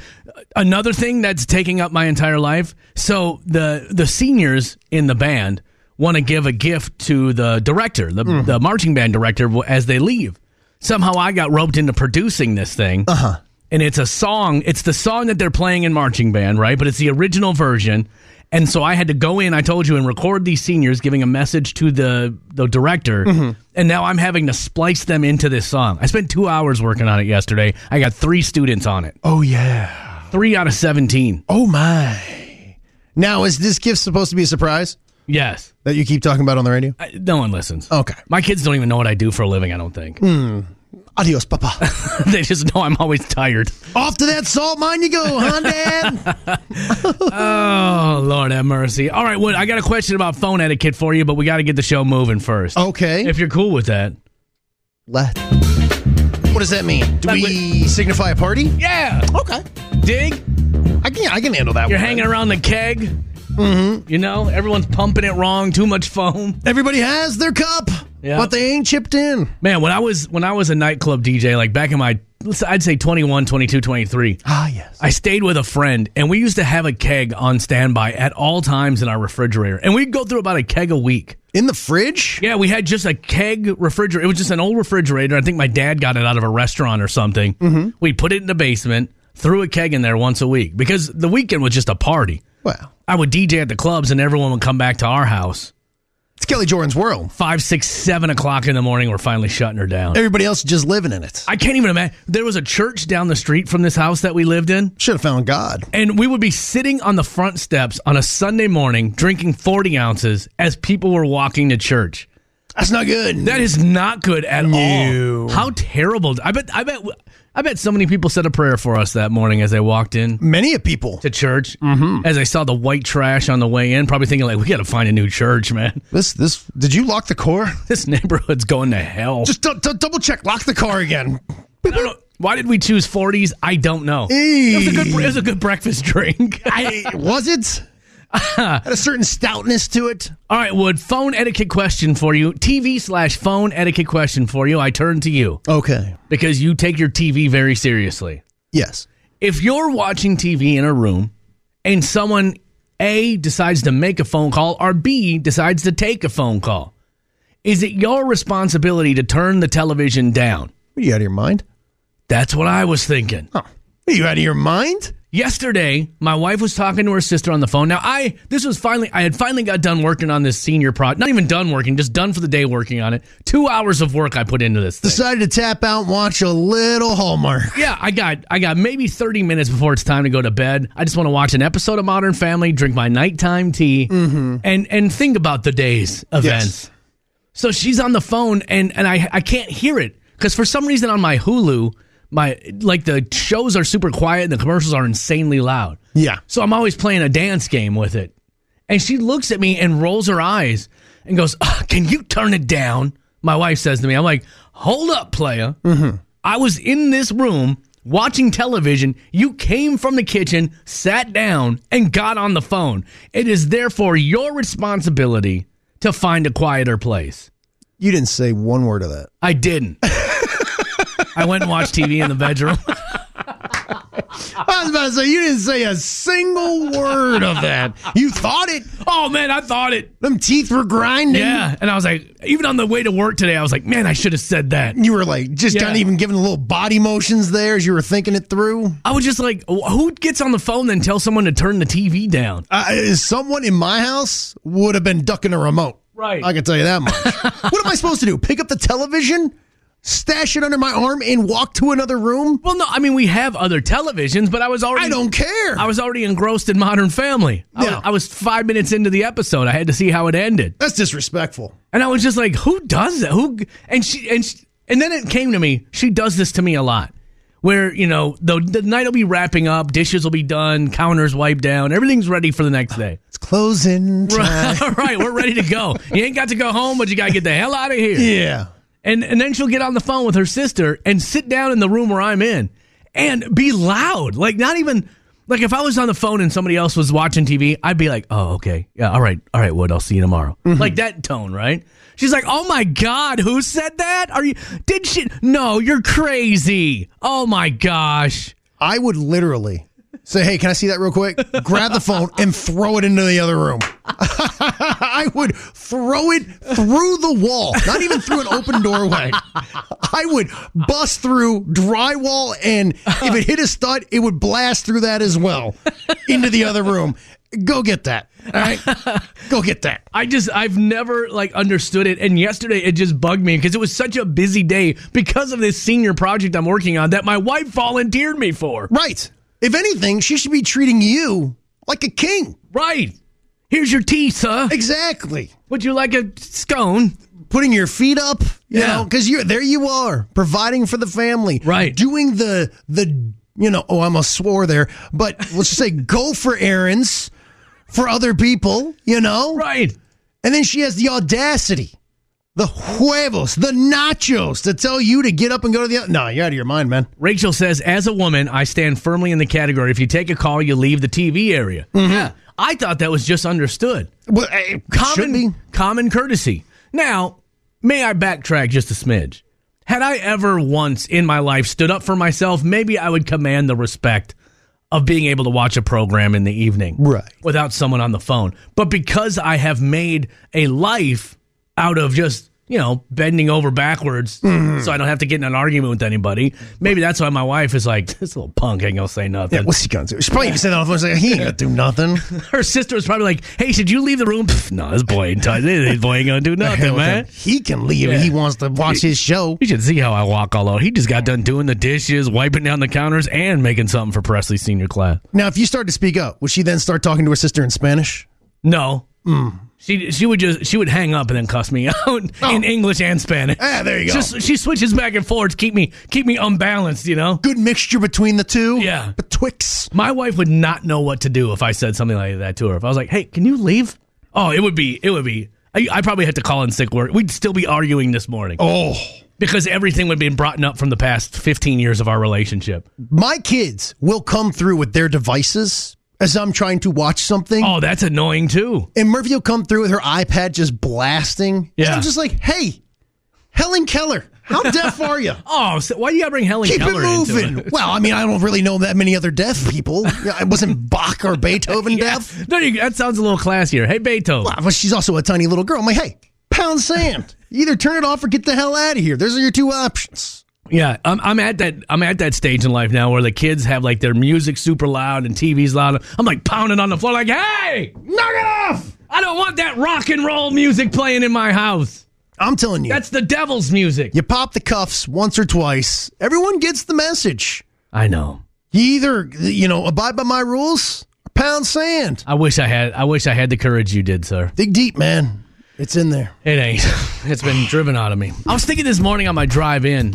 another thing that's taking up my entire life. So the the seniors in the band want to give a gift to the director, the, mm. the marching band director, as they leave. Somehow I got roped into producing this thing. Uh huh. And it's a song. It's the song that they're playing in marching band, right? But it's the original version. And so I had to go in, I told you, and record these seniors giving a message to the the director. Mm-hmm. And now I'm having to splice them into this song. I spent two hours working on it yesterday. I got three students on it. Oh yeah. Three out of seventeen. Oh my. Now is this gift supposed to be a surprise? Yes. That you keep talking about on the radio? I, no one listens. Okay. My kids don't even know what I do for a living, I don't think. Oh. Mm. Adios, papa. they just know I'm always tired. Off to that salt mine you go, huh, Dad? oh, Lord have mercy. All right, Wood, I got a question about phone etiquette for you, but we got to get the show moving first. Okay. If you're cool with that. Let. What does that mean? Do Let we me. signify a party? Yeah. Okay. Dig? I can, I can handle that You're hanging then. around the keg. Mm-hmm. You know, everyone's pumping it wrong. Too much foam. Everybody has their cup, Yeah. but they ain't chipped in. Man, when I was when I was a nightclub DJ, like back in my let's- I'd say 21, 22, 23. Ah, yes. I stayed with a friend and we used to have a keg on standby at all times in our refrigerator. And we'd go through about a keg a week. In the fridge? Yeah, we had just a keg refrigerator. It was just an old refrigerator. I think my dad got it out of a restaurant or something. Mm-hmm. We put it in the basement, threw a keg in there once a week because the weekend was just a party. Wow. I would DJ at the clubs and everyone would come back to our house. It's Kelly Jordan's world. Five, six, seven o'clock in the morning, we're finally shutting her down. Everybody else is just living in it. I can't even imagine. There was a church down the street from this house that we lived in. Should have found God. And we would be sitting on the front steps on a Sunday morning drinking 40 ounces as people were walking to church. That's not good. That is not good at all. How terrible. I bet I bet I bet so many people said a prayer for us that morning as they walked in Many of people. to church. Mm-hmm. As I saw the white trash on the way in, probably thinking like we got to find a new church, man. This this did you lock the car? This neighborhood's going to hell. Just d- d- double check. Lock the car again. I don't know. Why did we choose 40s? I don't know. It was a good it was a good breakfast drink. I was it. Had a certain stoutness to it. All right, Wood, phone etiquette question for you. TV slash phone etiquette question for you. I turn to you Okay. because you take your TV very seriously. Yes. If you're watching TV in a room and someone A decides to make a phone call or B decides to take a phone call, is it your responsibility to turn the television down? What, are you out of your mind? That's what I was thinking. Oh. Are you out of your mind? Yesterday, my wife was talking to her sister on the phone. Now, I this was finally I had finally got done working on this senior project. Not even done working, just done for the day working on it. 2 hours of work I put into this. Thing. Decided to tap out and watch a little Hallmark. Yeah, I got I got maybe 30 minutes before it's time to go to bed. I just want to watch an episode of Modern Family, drink my nighttime tea, and and think about the day's events. So she's on the phone and and I I can't hear it cuz for some reason on my Hulu, my like the shows are super quiet and the commercials are insanely loud. Yeah. So I'm always playing a dance game with it. And she looks at me and rolls her eyes and goes, "Ugh, Can you turn it down? My wife says to me, I'm like, Hold up, playa. I was in this room watching television. You came from the kitchen, sat down, and got on the phone. It is therefore your responsibility to find a quieter place. You didn't say one word of that. I didn't. I went and watched TV in the bedroom. I was about to say you didn't say a single word of that. You thought it. Oh, man, I thought it. Them teeth were grinding. Yeah. And I was like, even on the way to work today, I was like, man, I should have said that. You were like just Yeah. not even giving little body motions there as you were thinking it through. I was just like, who gets on the phone and tells someone to turn the TV down? Uh, someone in my house would have been ducking a remote. Right. I can tell you that much. what am I supposed to do? Pick up the television, stash it under my arm, and walk to another room? Well, no, I mean we have other televisions, but I was already I don't care. I was already engrossed in Modern Family. I, Yeah. was, I was five minutes into the episode. I had to see how it ended, That's disrespectful. and I was just like, "Who does that? Who?" And she and she, and then it came to me. She does this to me a lot, where you know the the night will be wrapping up, dishes will be done, counters wiped down, everything's ready for the next day. It's closing time. All right, we're ready to go. You ain't got to go home, but you gotta get the hell out of here. yeah. And and then she'll get on the phone with her sister and sit down in the room where I'm in and be loud. Like not even like if I was on the phone and somebody else was watching TV, I'd be like, "Oh, okay. Yeah, all right. All right, Wood, I'll see you tomorrow." Like that tone, right? She's like, "Oh my god, who said that? Are you Did she No, you're crazy. Oh my gosh." I would literally say, "Hey, can I see that real quick?" Grab the phone and throw it into the other room. I would throw it through the wall, not even through an open doorway. I would bust through drywall, and if it hit a stud, it would blast through that as well into the other room. Go get that. All right, go get that. I just I've never like understood it and yesterday it just bugged me because it was such a busy day because of this senior project I'm working on that my wife volunteered me for. Right. If anything, she should be treating you like a king. Right. Here's your tea, sir. Exactly. Would you like a scone? putting your feet up, you Yeah. know, because you're there. You are providing for the family, Right. Doing the the you know, oh, I almost swore there, but let's just say go for errands for other people, you know, Right. And then she has the audacity the huevos, the nachos to tell you to get up and go to the. No, you're out of your mind, man. Rachel says, as a woman, I stand firmly in the category. If you take a call, you leave the TV area. Mhm. Yeah. I thought that was just understood. Well, common, common courtesy. Now, may I backtrack just a smidge? Had I ever once in my life stood up for myself, maybe I would command the respect of being able to watch a program in the evening right. without someone on the phone. But because I have made a life out of just, you know, bending over backwards Mhm. so I don't have to get in an argument with anybody, maybe that's why my wife is like, this little punk ain't gonna say nothing. Yeah, what's he gonna do? She's probably even saying that on the phone. She's like, he ain't gonna do nothing. Her sister was probably like, hey, should you leave the room? Pff, no, this boy ain't, t- this boy ain't gonna do nothing, hell with man. him. He can leave if he wants to watch his show. You should see how I walk all over. He just got done doing the dishes, wiping down the counters, and making something for Presley's senior class. Now, if you start to speak up, would she then start talking to her sister in Spanish? No. Mm. She she would just she would hang up and then cuss me out in English and Spanish. Oh. Ah, there you go. Just, she switches back and forth to keep me keep me unbalanced. You know, good mixture between the two. Yeah, betwixt. My wife would not know what to do if I said something like that to her. If I was like, "Hey, can you leave?" Oh, it would be it would be. I, I probably had to call in sick work. We'd still be arguing this morning. Oh. because everything would be brought up from the past fifteen years of our relationship. My kids will come through with their devices as I'm trying to watch something. Oh, that's annoying too. And Murphy will come through with her iPad just blasting. And Yeah. I'm just like, hey, Helen Keller, how deaf are you? Oh, so why do you gotta bring Helen Keep Keller it moving. into it? Well, I mean, I don't really know that many other deaf people. Yeah, I wasn't Bach or Beethoven deaf. No, you, that sounds a little classier. Hey, Beethoven. Well, but she's also a tiny little girl. I'm like, hey, pound sand. Either turn it off or get the hell out of here. Those are your two options. Yeah, I'm, I'm at that I'm at that stage in life now where the kids have like their music super loud and TV's loud. I'm like pounding on the floor, like, "Hey, knock it off! I don't want that rock and roll music playing in my house. I'm telling you, that's the devil's music." You pop the cuffs once or twice. Everyone gets the message. I know. You either, you know, abide by my rules or pound sand. I wish I had I wish I had the courage you did, sir. Dig deep, man. It's in there. It ain't. It's been driven out of me. I was thinking this morning on my drive in,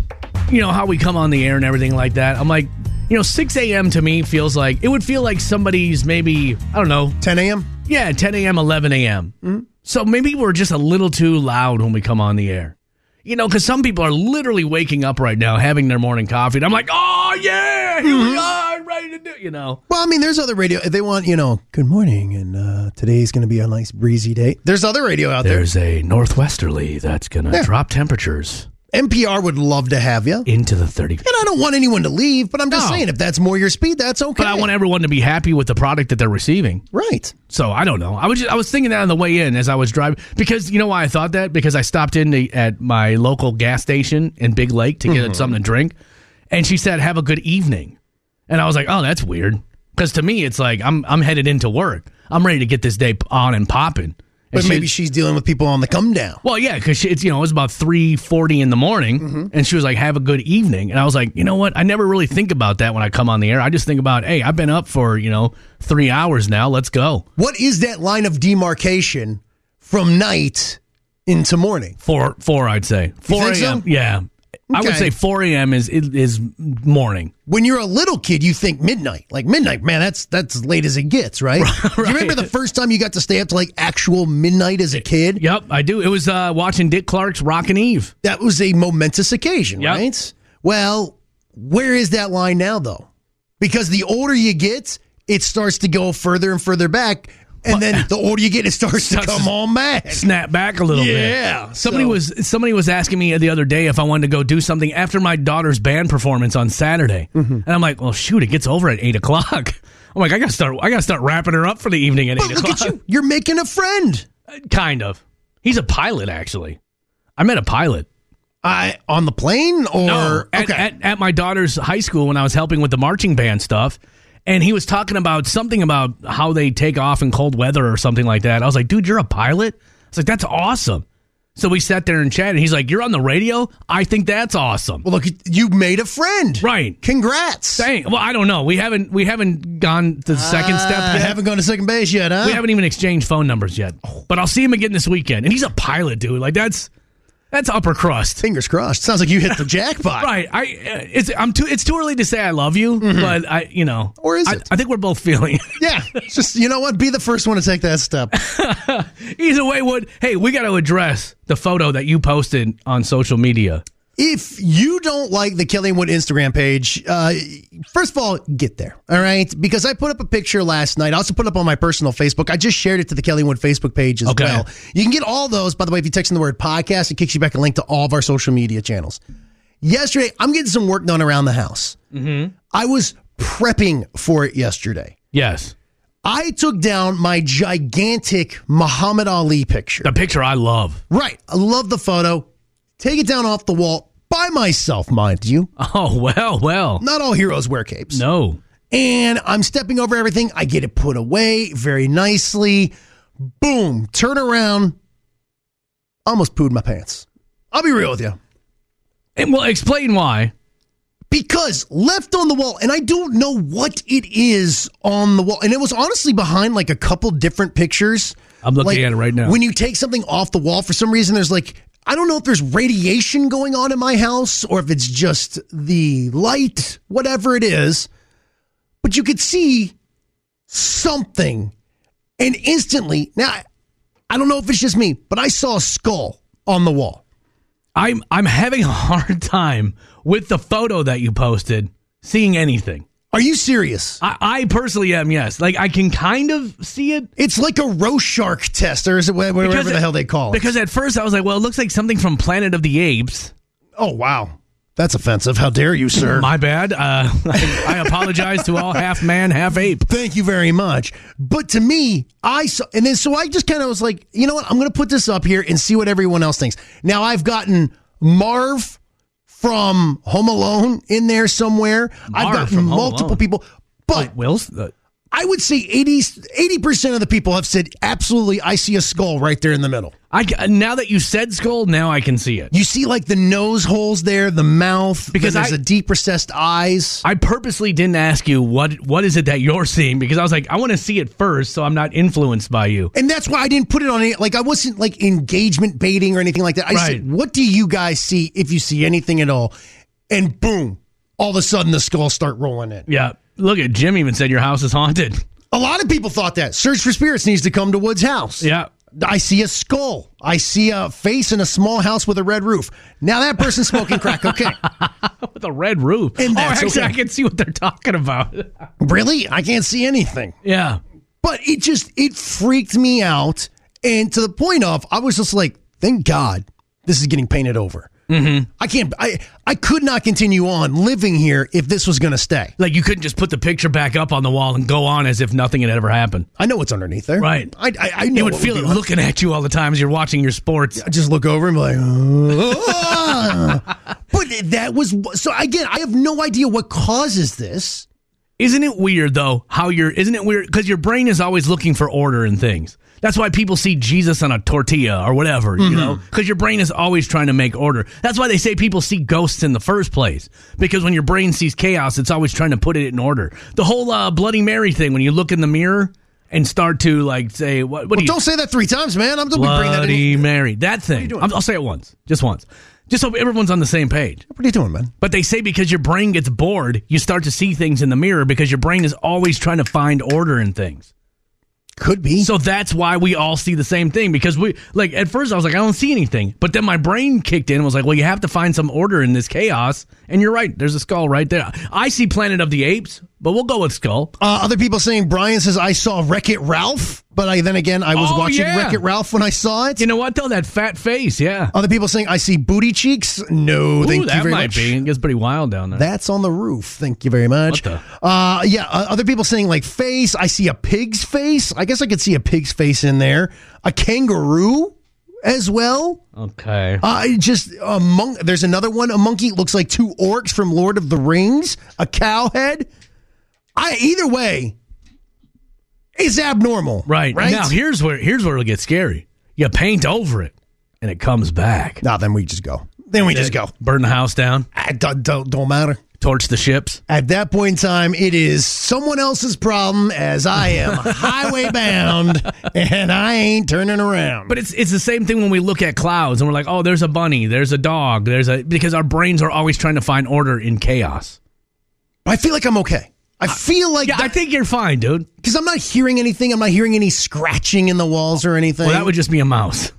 you know, how we come on the air and everything like that. I'm like, you know, 6 a.m. to me feels like it would feel like somebody's maybe, I don't know, 10 a.m.? Yeah, 10 a.m., 11 a.m. So maybe we're just a little too loud when we come on the air. You know, because some people are literally waking up right now having their morning coffee. And I'm like, oh, yeah, here we are, ready to do, you know. Well, I mean, there's other radio. They want, you know, good morning, and uh, today's going to be a nice breezy day. There's other radio out there. There's a northwesterly that's going to Yeah. drop temperatures NPR would love to have you. And into the 30. I don't want anyone to leave, but I'm just saying, if that's more your speed, that's okay. But I want everyone to be happy with the product that they're receiving. right. So I don't know. I was just, I was thinking that on the way in as I was driving because you know why I thought that because I stopped in to, at my local gas station in Big Lake to get Mhm. something to drink, and she said have a good evening, and I was like oh that's weird because to me it's like I'm I'm headed into work I'm ready to get this day on and popping. And But she- maybe she's dealing with people on the come down. well, yeah, because it's you know it was about three forty in the morning, Mm-hmm. and she was like, "Have a good evening," and I was like, "You know what? I never really think about that when I come on the air. I just think about, hey, I've been up for you know three hours now. Let's go What is that line of demarcation from night into morning? four four. I'd say You four think so? a.m. Yeah, I would Okay. say four a.m. is is morning. When you're a little kid, you think midnight. Like midnight, man, that's that's as late as it gets, right? Do you remember the first time you got to stay up to like actual midnight as a kid? Yep, I do. It was uh, watching Dick Clark's Rockin' Eve. That was a momentous occasion, Yep. right? Well, where is that line now though? Because the older you get, it starts to go further and further back. And then the older you get, it starts to come on back. Snap back a little bit. Yeah, Somebody so- was somebody was asking me the other day if I wanted to go do something after my daughter's band performance on Saturday, Mm-hmm. and I'm like, "Well, shoot, it gets over at eight o'clock." I'm like, "I gotta start. I gotta start wrapping her up for the evening at But eight look o'clock." at you. You're making a friend. Kind of. He's a pilot, actually. I met a pilot. I on the plane or No, at, Oh, okay. at, at my daughter's high school when I was helping with the marching band stuff. And he was talking about something about how they take off in cold weather or something like that. I was like, dude, you're a pilot? I was like, that's awesome. So we sat there and chatted. He's like, you're on the radio? I think that's awesome. Well, look, you made a friend. Right. Congrats. Dang. Well, I don't know. We haven't we haven't gone the second step I yet. haven't gone to second base yet, huh? we haven't even exchanged phone numbers yet. But I'll see him again this weekend. And he's a pilot, dude. Like that's That's upper crust. Fingers crossed. Sounds like you hit the jackpot. right. I uh, it's I'm too it's too early to say I love you, Mhm. but I you know Or is I, it? I think we're both feeling. it. Yeah. It's Just you know what? Be the first one to take that step. Either way, would hey we got to address the photo that you posted on social media. If you don't like the Killingwood Instagram page, uh, first of all, get there. All right. Because I put up a picture last night. I also put it up on my personal Facebook. I just shared it to the Killingwood Facebook page as Okay. well. You can get all those, by the way, if you text in the word podcast, it kicks you back a link to all of our social media channels. Yesterday, I'm getting some work done around the house. Mm-hmm. I was prepping for it yesterday. Yes, I took down my gigantic Muhammad Ali picture. the picture I love. Right. I love the photo. Take it down off the wall by myself, mind you. Oh, well, well. Not all heroes wear capes. No. And I'm stepping over everything. I get it put away very nicely. Boom. Turn around. Almost pooed my pants. I'll be real with you. And well, explain why. Because left on the wall, and I don't know what it is on the wall. And it was honestly behind like a couple different pictures. I'm looking Like, at it right now. When you take something off the wall, for some reason, there's like, I don't know if there's radiation going on in my house or if it's just the light, whatever it is, but you could see something. And instantly, now, I- I don't know if it's just me, but I saw a skull on the wall. I'm I'm having a hard time with the photo that you posted seeing anything. Are you serious? I, I personally am. Yes, like I can kind of see it. It's like a Rorschach shark test, or is it wha- whatever Because- the hell they call it? Because at first I was like, well, it looks like something from Planet of the Apes. Oh wow, that's offensive! How dare you, sir? My bad. Uh, I, I apologize to all half man, half ape. Thank you very much. But to me, I saw, and then so I just kind of was like, you know what? I'm going to put this up here and see what everyone else thinks. Now I've gotten Marv from Home Alone in there somewhere. I've Marv gotten from Home multiple Alone. people, but Will's uh, the, I would say 80 percent of the people have said absolutely. I see a skull right there in the middle. I ca- now that you said skull, now I can see it. You see like the nose holes there, the mouth, Because because there's I- a deep recessed eyes. I purposely didn't ask you what what is it that you're seeing because I was like, I want to see it first, so I'm not influenced by you. And that's why I didn't put it on any like I wasn't like engagement baiting or anything like that. I Right. said, "What do you guys see if you see anything at all?" And boom, all of a sudden the skulls start rolling in. Yeah. Look at Jim even said your house is haunted. A lot of people thought that Search for Spirits needs to come to Wood's house. Yeah. I see a skull. I see a face in a small house with a red roof. Now that person's smoking crack. Okay, With a red roof. And oh, that's actually, okay. I can see what they're talking about. really? I can't see anything. yeah. But it just it freaked me out, and to the point of I was just like, "Thank God this is getting painted over." Mm-hmm. I can't. I I could not continue on living here if this was going to stay. Like you couldn't just put the picture back up on the wall and go on as if nothing had ever happened. I know what's underneath there. Right. I I, I know You would what feel be it on- looking at you all the time as you're watching your sports. I just look over and be like, "Ah." but that was so. Again, I have no idea what causes this. Isn't it weird though how you're isn't it weird cuz your brain is always looking for order in things. That's why people see Jesus on a tortilla or whatever, Mm-hmm. you know? Cuz your brain is always trying to make order. That's why they say people see ghosts in the first place because when your brain sees chaos, it's always trying to put it in order. The whole uh, bloody Mary thing when you look in the mirror and start to like say what what do Well, you don't say that three times, man. I'm going to bring that in. Bloody Mary. That thing. I'm, I'll say it once. Just once. Just so everyone's on the same page. What are you doing, man? But they say because your brain gets bored, you start to see things in the mirror because your brain is always trying to find order in things. Could be. So that's why we all see the same thing because we, like, at first I was like, I don't see anything. But then my brain kicked in and was like, well, you have to find some order in this chaos. And you're right. There's a skull right there. I see Planet of the Apes, but we'll go with skull. Uh, other people saying Brian says I saw Wreck It Ralph, but I then again I was Oh, watching yeah. Wreck It Ralph when I saw it. You know what, though? That fat face. Yeah. Other people saying I see booty cheeks. No, Ooh, thank you that very might much. be. It gets pretty wild down there. That's on the roof. Thank you very much. What Uh, yeah, uh, other people saying like face. I see a pig's face. I guess I could see a pig's face in there. A kangaroo as well. okay. Uh, it just a monk. There's another one. A monkey looks like two orcs from Lord of the Rings. A cow head. I either way, it's abnormal. Right. Right. Now here's where here's where it'll get scary. You paint over it and it comes back. Nah, then we just go. Then we just go. Burn the house down. Ah, don't, don't don't matter. Torch the ships. At that point in time, it is someone else's problem as I am highway bound and I ain't turning around. But it's it's the same thing when we look at clouds and we're like, oh, there's a bunny, there's a dog, there's a because our brains are always trying to find order in chaos. I feel like I'm okay. I feel like yeah, I think you're fine, dude. Because I'm not hearing anything. I'm not hearing any scratching in the walls or anything. Well, that would just be a mouse.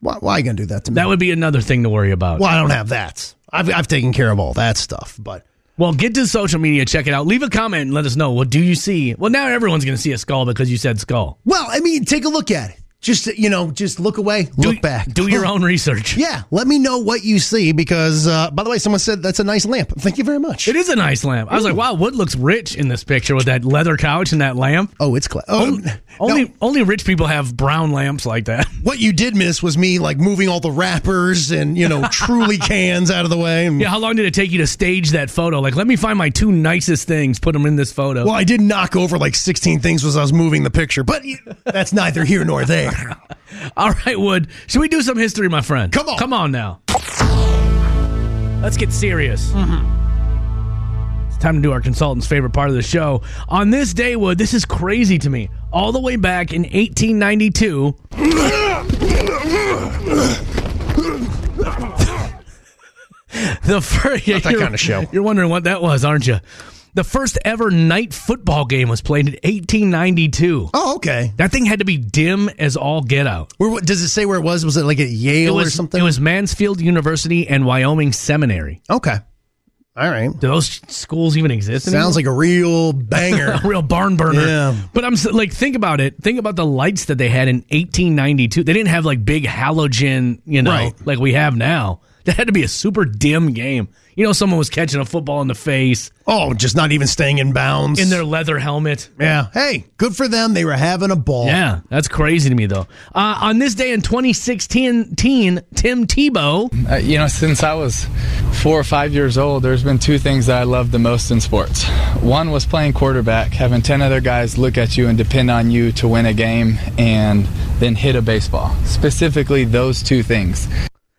Why, why are you going to do that to me? That would be another thing to worry about. Well, I don't have that. I've, I've taken care of all that stuff, but. Well, get to social media, check it out. Leave a comment and let us know. Well, do you see? Well, now everyone's going to see a skull because you said skull. Well, I mean, take a look at it. Just, you know, just look away, Do- look back. Do your own research. Yeah, let me know what you see because, uh, by the way, someone said that's a nice lamp. Thank you very much. It is a nice lamp. I was like, wow, Wood looks rich in this picture with that leather couch and that lamp. Oh, it's cla- oh, only, only, only rich people have brown lamps like that. What you did miss was me like moving all the wrappers and, you know, truly cans out of the way. And, Yeah, how long did it take you to stage that photo? Like, let me find my two nicest things, put them in this photo. Well, I did knock over like 16 things as I was moving the picture, but that's neither here nor there. All right, Wood, should we do some history, my friend? Come on. Come on now. Let's get serious. Mm-hmm. It's time to do our consultant's favorite part of the show. On this day, Wood, this is crazy to me. All the way back in 1892, the first Not that kind of show. You're wondering what that was, aren't you? The first ever night football game was played in 1892. Oh, okay. That thing had to be dim as all get out. Where, what- does it say where it was? Was it like at Yale it was or something? It was Mansfield University and Wyoming Seminary. okay. All right. Do those schools even exist? Sounds like a real banger. a real barn burner. Yeah. But I'm s- like, think about it. Think about the lights that they had in 1892. They didn't have like big halogen, you know, Right. like we have now. That had to be a super dim game. You know, someone was catching a football in the face oh, just not even staying in bounds. in their leather helmet. yeah. Hey, good for them. They were having a ball. Yeah, that's crazy to me though. Uh, on this day in 2016, teen Tim Tebow. Uh, you know, since I was four or five years old, there's been two things that I loved the most in sports. One was playing quarterback, having 10 other guys look at you and depend on you to win a game and then hit a baseball. Specifically, those two things.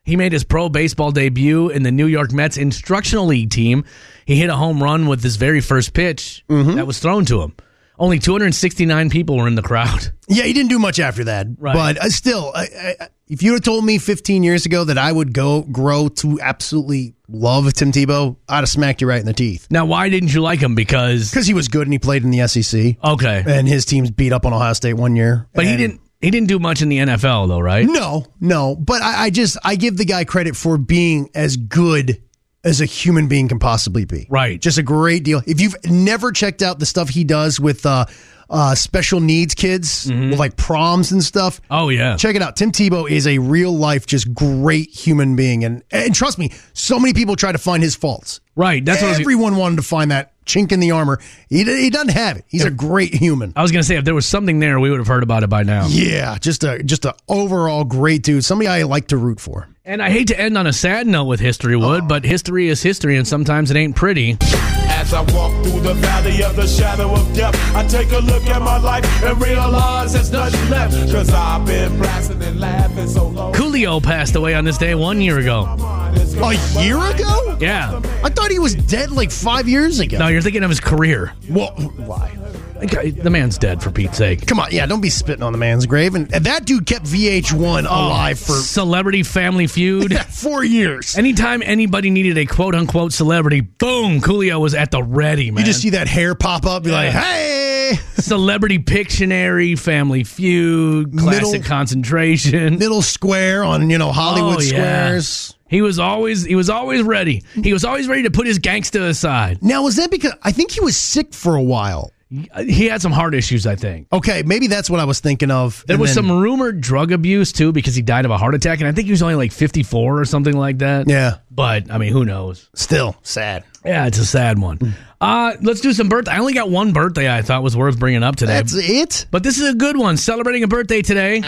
He made his pro baseball debut in the New York Mets instructional league team. He hit a home run with his very first pitch that was thrown to him. Only 269 people were in the crowd. Yeah, he didn't do much after that. Right. But uh, still, I, I, I- if you would have told me 15 years ago that I would go grow to absolutely love Tim Tebow, I'd have smacked you right in the teeth. Now, why didn't you like him? Because Because he was good and he played in the SEC, okay, and his teams beat up on Ohio State one year. Oh. but he and- didn't. He didn't do much in the NFL though, right? No, no. But I, I just I give the guy credit for being as good as a human being can possibly be. Right. Just a great deal. If you've never checked out the stuff he does with uh, uh, special needs kids, with like proms and stuff, Mm-hmm. Oh yeah. check it out. Tim Tebow is a real life, just great human being, and and trust me, so many people try to find his faults. Right. That's what I was, Everyone wanted to find that chink in the armor. He, he doesn't have it. He's a great human. I was going to say. If there was something there, we would have heard about it by now. Yeah, just a just a overall great dude. Somebody I like to root for. And I hate to end on a sad note with history, Wood, but history is history, and sometimes it ain't pretty. As I walk through the valley of the shadow of death, I take a look at my life and realize there's nothing left. Cause I've been blasting and laughing so long. Coolio passed away on this day one year ago. A year ago? Yeah. I thought he was dead like five years ago. No, you're thinking of his career. Well, why? Okay, The man's dead, for Pete's sake. Come on, yeah, don't be spitting on the man's grave. And, and that dude kept VH1 Oh, alive for Celebrity Family Feud. four years. Anytime anybody needed a quote unquote celebrity, boom, Coolio was at the ready, man. You just see that hair pop up, be like, hey, Celebrity Pictionary, Family Feud, Classic Middle- Concentration. middle square on you know Hollywood Oh, yeah. squares. He was always he was always ready. He was always ready to put his gangsta aside. Now was that because I think he was sick for a while? He had some heart issues, I think. Okay, maybe that's what I was thinking of. There And was then- some rumored drug abuse too because he died of a heart attack and I think he was only like 54 or something like that. yeah, But I mean, who knows? still sad. Yeah, it's a sad Mm. one. Uh, let's do some birthday. I only got one birthday I thought was worth bringing up today. That's it. but this is a good one. Celebrating a birthday today.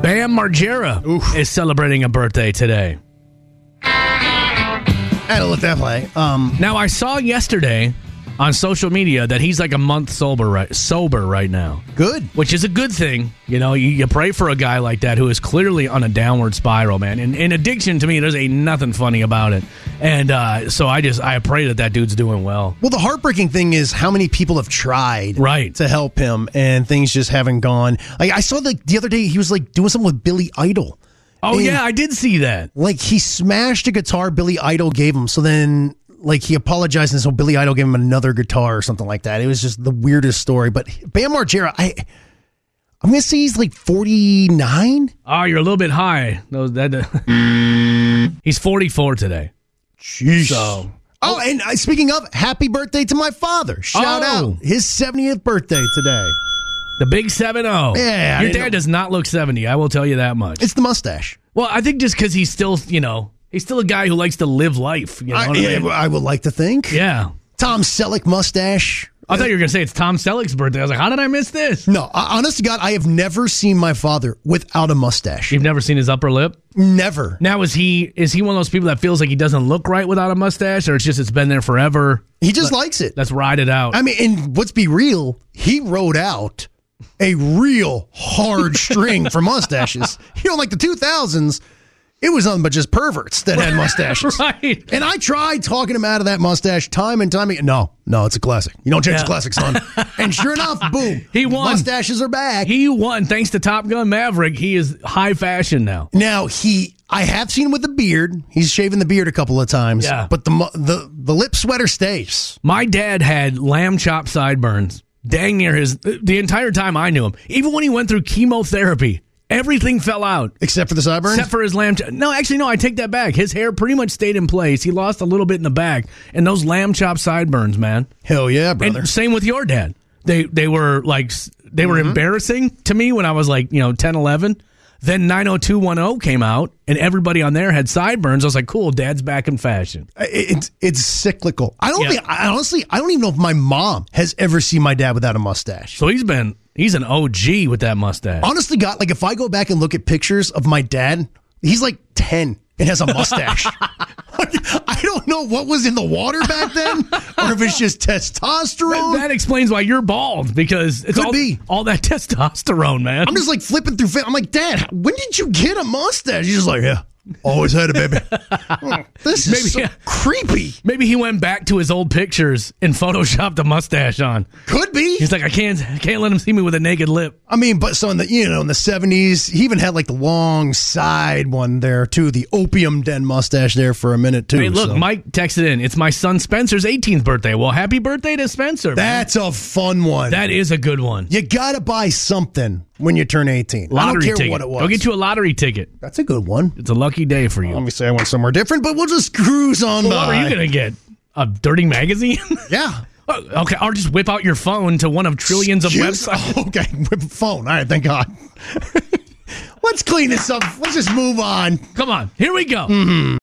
Bam Margera is celebrating a birthday today. I had to let that play. Um, Now, I saw yesterday on social media that he's like a month sober right sober right now. Good, which is a good thing. You know, you, you pray for a guy like that who is clearly on a downward spiral, man. And, and addiction to me, there's ain't nothing funny about it. And uh, so I just I pray that that dude's doing well. Well, the heartbreaking thing is how many people have tried right. to help him, and things just haven't gone. Like I saw like the other day, he was like doing something with Billy Idol. Oh And, yeah, I did see that. Like he smashed a guitar Billy Idol gave him. So then like he apologized, and so Billy Idol gave him another guitar or something like that. It was just the weirdest story. But Bam Margera, I I'm gonna say he's like 49. Oh, you're a little bit high. Those that he's 44 today. Jeez. So Oh, and uh, speaking of, happy birthday to my father. Shout Oh. out his 70th birthday today. the big seven zero. Yeah, I your didn't dad does not look 70. I will tell you that much. It's the mustache. Well, I think just because he's still, you know, he's still a guy who likes to live life. You know I, what I yeah, mean? I would like to think. Yeah. Tom Selleck mustache. I thought you were gonna say it's Tom Selleck's birthday. I was like, how did I miss this? No, I- honest to God, I have never seen my father without a mustache. You've never seen his upper lip? Never. Now is he is he one of those people that feels like he doesn't look right without a mustache, or it's just it's been there forever? He just likes it. Let's ride it out. I mean, and let's be real, he rode out a real hard string for mustaches. You know, like the 2000s, it was nothing but just perverts that had mustaches. right. And I tried talking him out of that mustache time and time again. No, no, it's a classic. You don't change Yeah. the classic, son. and sure enough, boom. He won. Mustaches are back. He won thanks to Top Gun Maverick. He is high fashion now. Now he, I have seen him with the beard. He's shaven the beard a couple of times. Yeah. But the mu- the the lip sweater stays. My dad had lamb chop sideburns dang near his the entire time I knew him. Even when he went through chemotherapy, everything fell out. Except for the sideburns. Except for his lamb chop. No, actually, no, I take that back. His hair pretty much stayed in place. He lost a little bit in the back. And those lamb chop sideburns, man. Hell yeah, brother. And same with your dad. They they were like s- they were embarrassing to me when I was like, you know, 10, 11. Then 90210 came out and everybody on there had sideburns. I was like, cool, dad's back in fashion. I- it's it's cyclical. I don't Yeah. think. I honestly, I don't even know if my mom has ever seen my dad without a mustache. So he's been he's an OG with that mustache. Honestly, God, like if I go back and look at pictures of my dad, he's like ten and has a mustache. I don't know what was in the water back then, or if it's just testosterone. That explains why you're bald because it's Could all, be. all that testosterone, man. I'm just like flipping through. fa- I'm like, Dad, when did you get a mustache? He's just like, Yeah, always had it, baby. Hmm, this is Maybe, so yeah. creepy. Maybe he went back to his old pictures and photoshopped a mustache on. Could be. He's like, I can't, I can't let him see me with a naked lip. I mean, but so in the you know in the seventies, he even had like the long side one there too, the opium den mustache there for a minute too. Hey, look, so. Mike texted in. It's my son Spencer's 18th birthday. Well, happy birthday to Spencer. man. that's a fun one. That is a good one. you gotta buy something when you turn eighteen. I don't Lottery care ticket. what it was. Oh, Go get you a lottery ticket. that's a good one. It's a lucky day for you. Obviously, I went somewhere different, but we'll just cruise on Well, by. what are you gonna get? A dirty magazine? yeah. Oh, okay, or just whip out your phone to one of trillions of Excuse- websites. Oh, okay, Whip a phone. All right, thank God. Let's clean this up. Let's just move on. Hmm. Come on, here we go.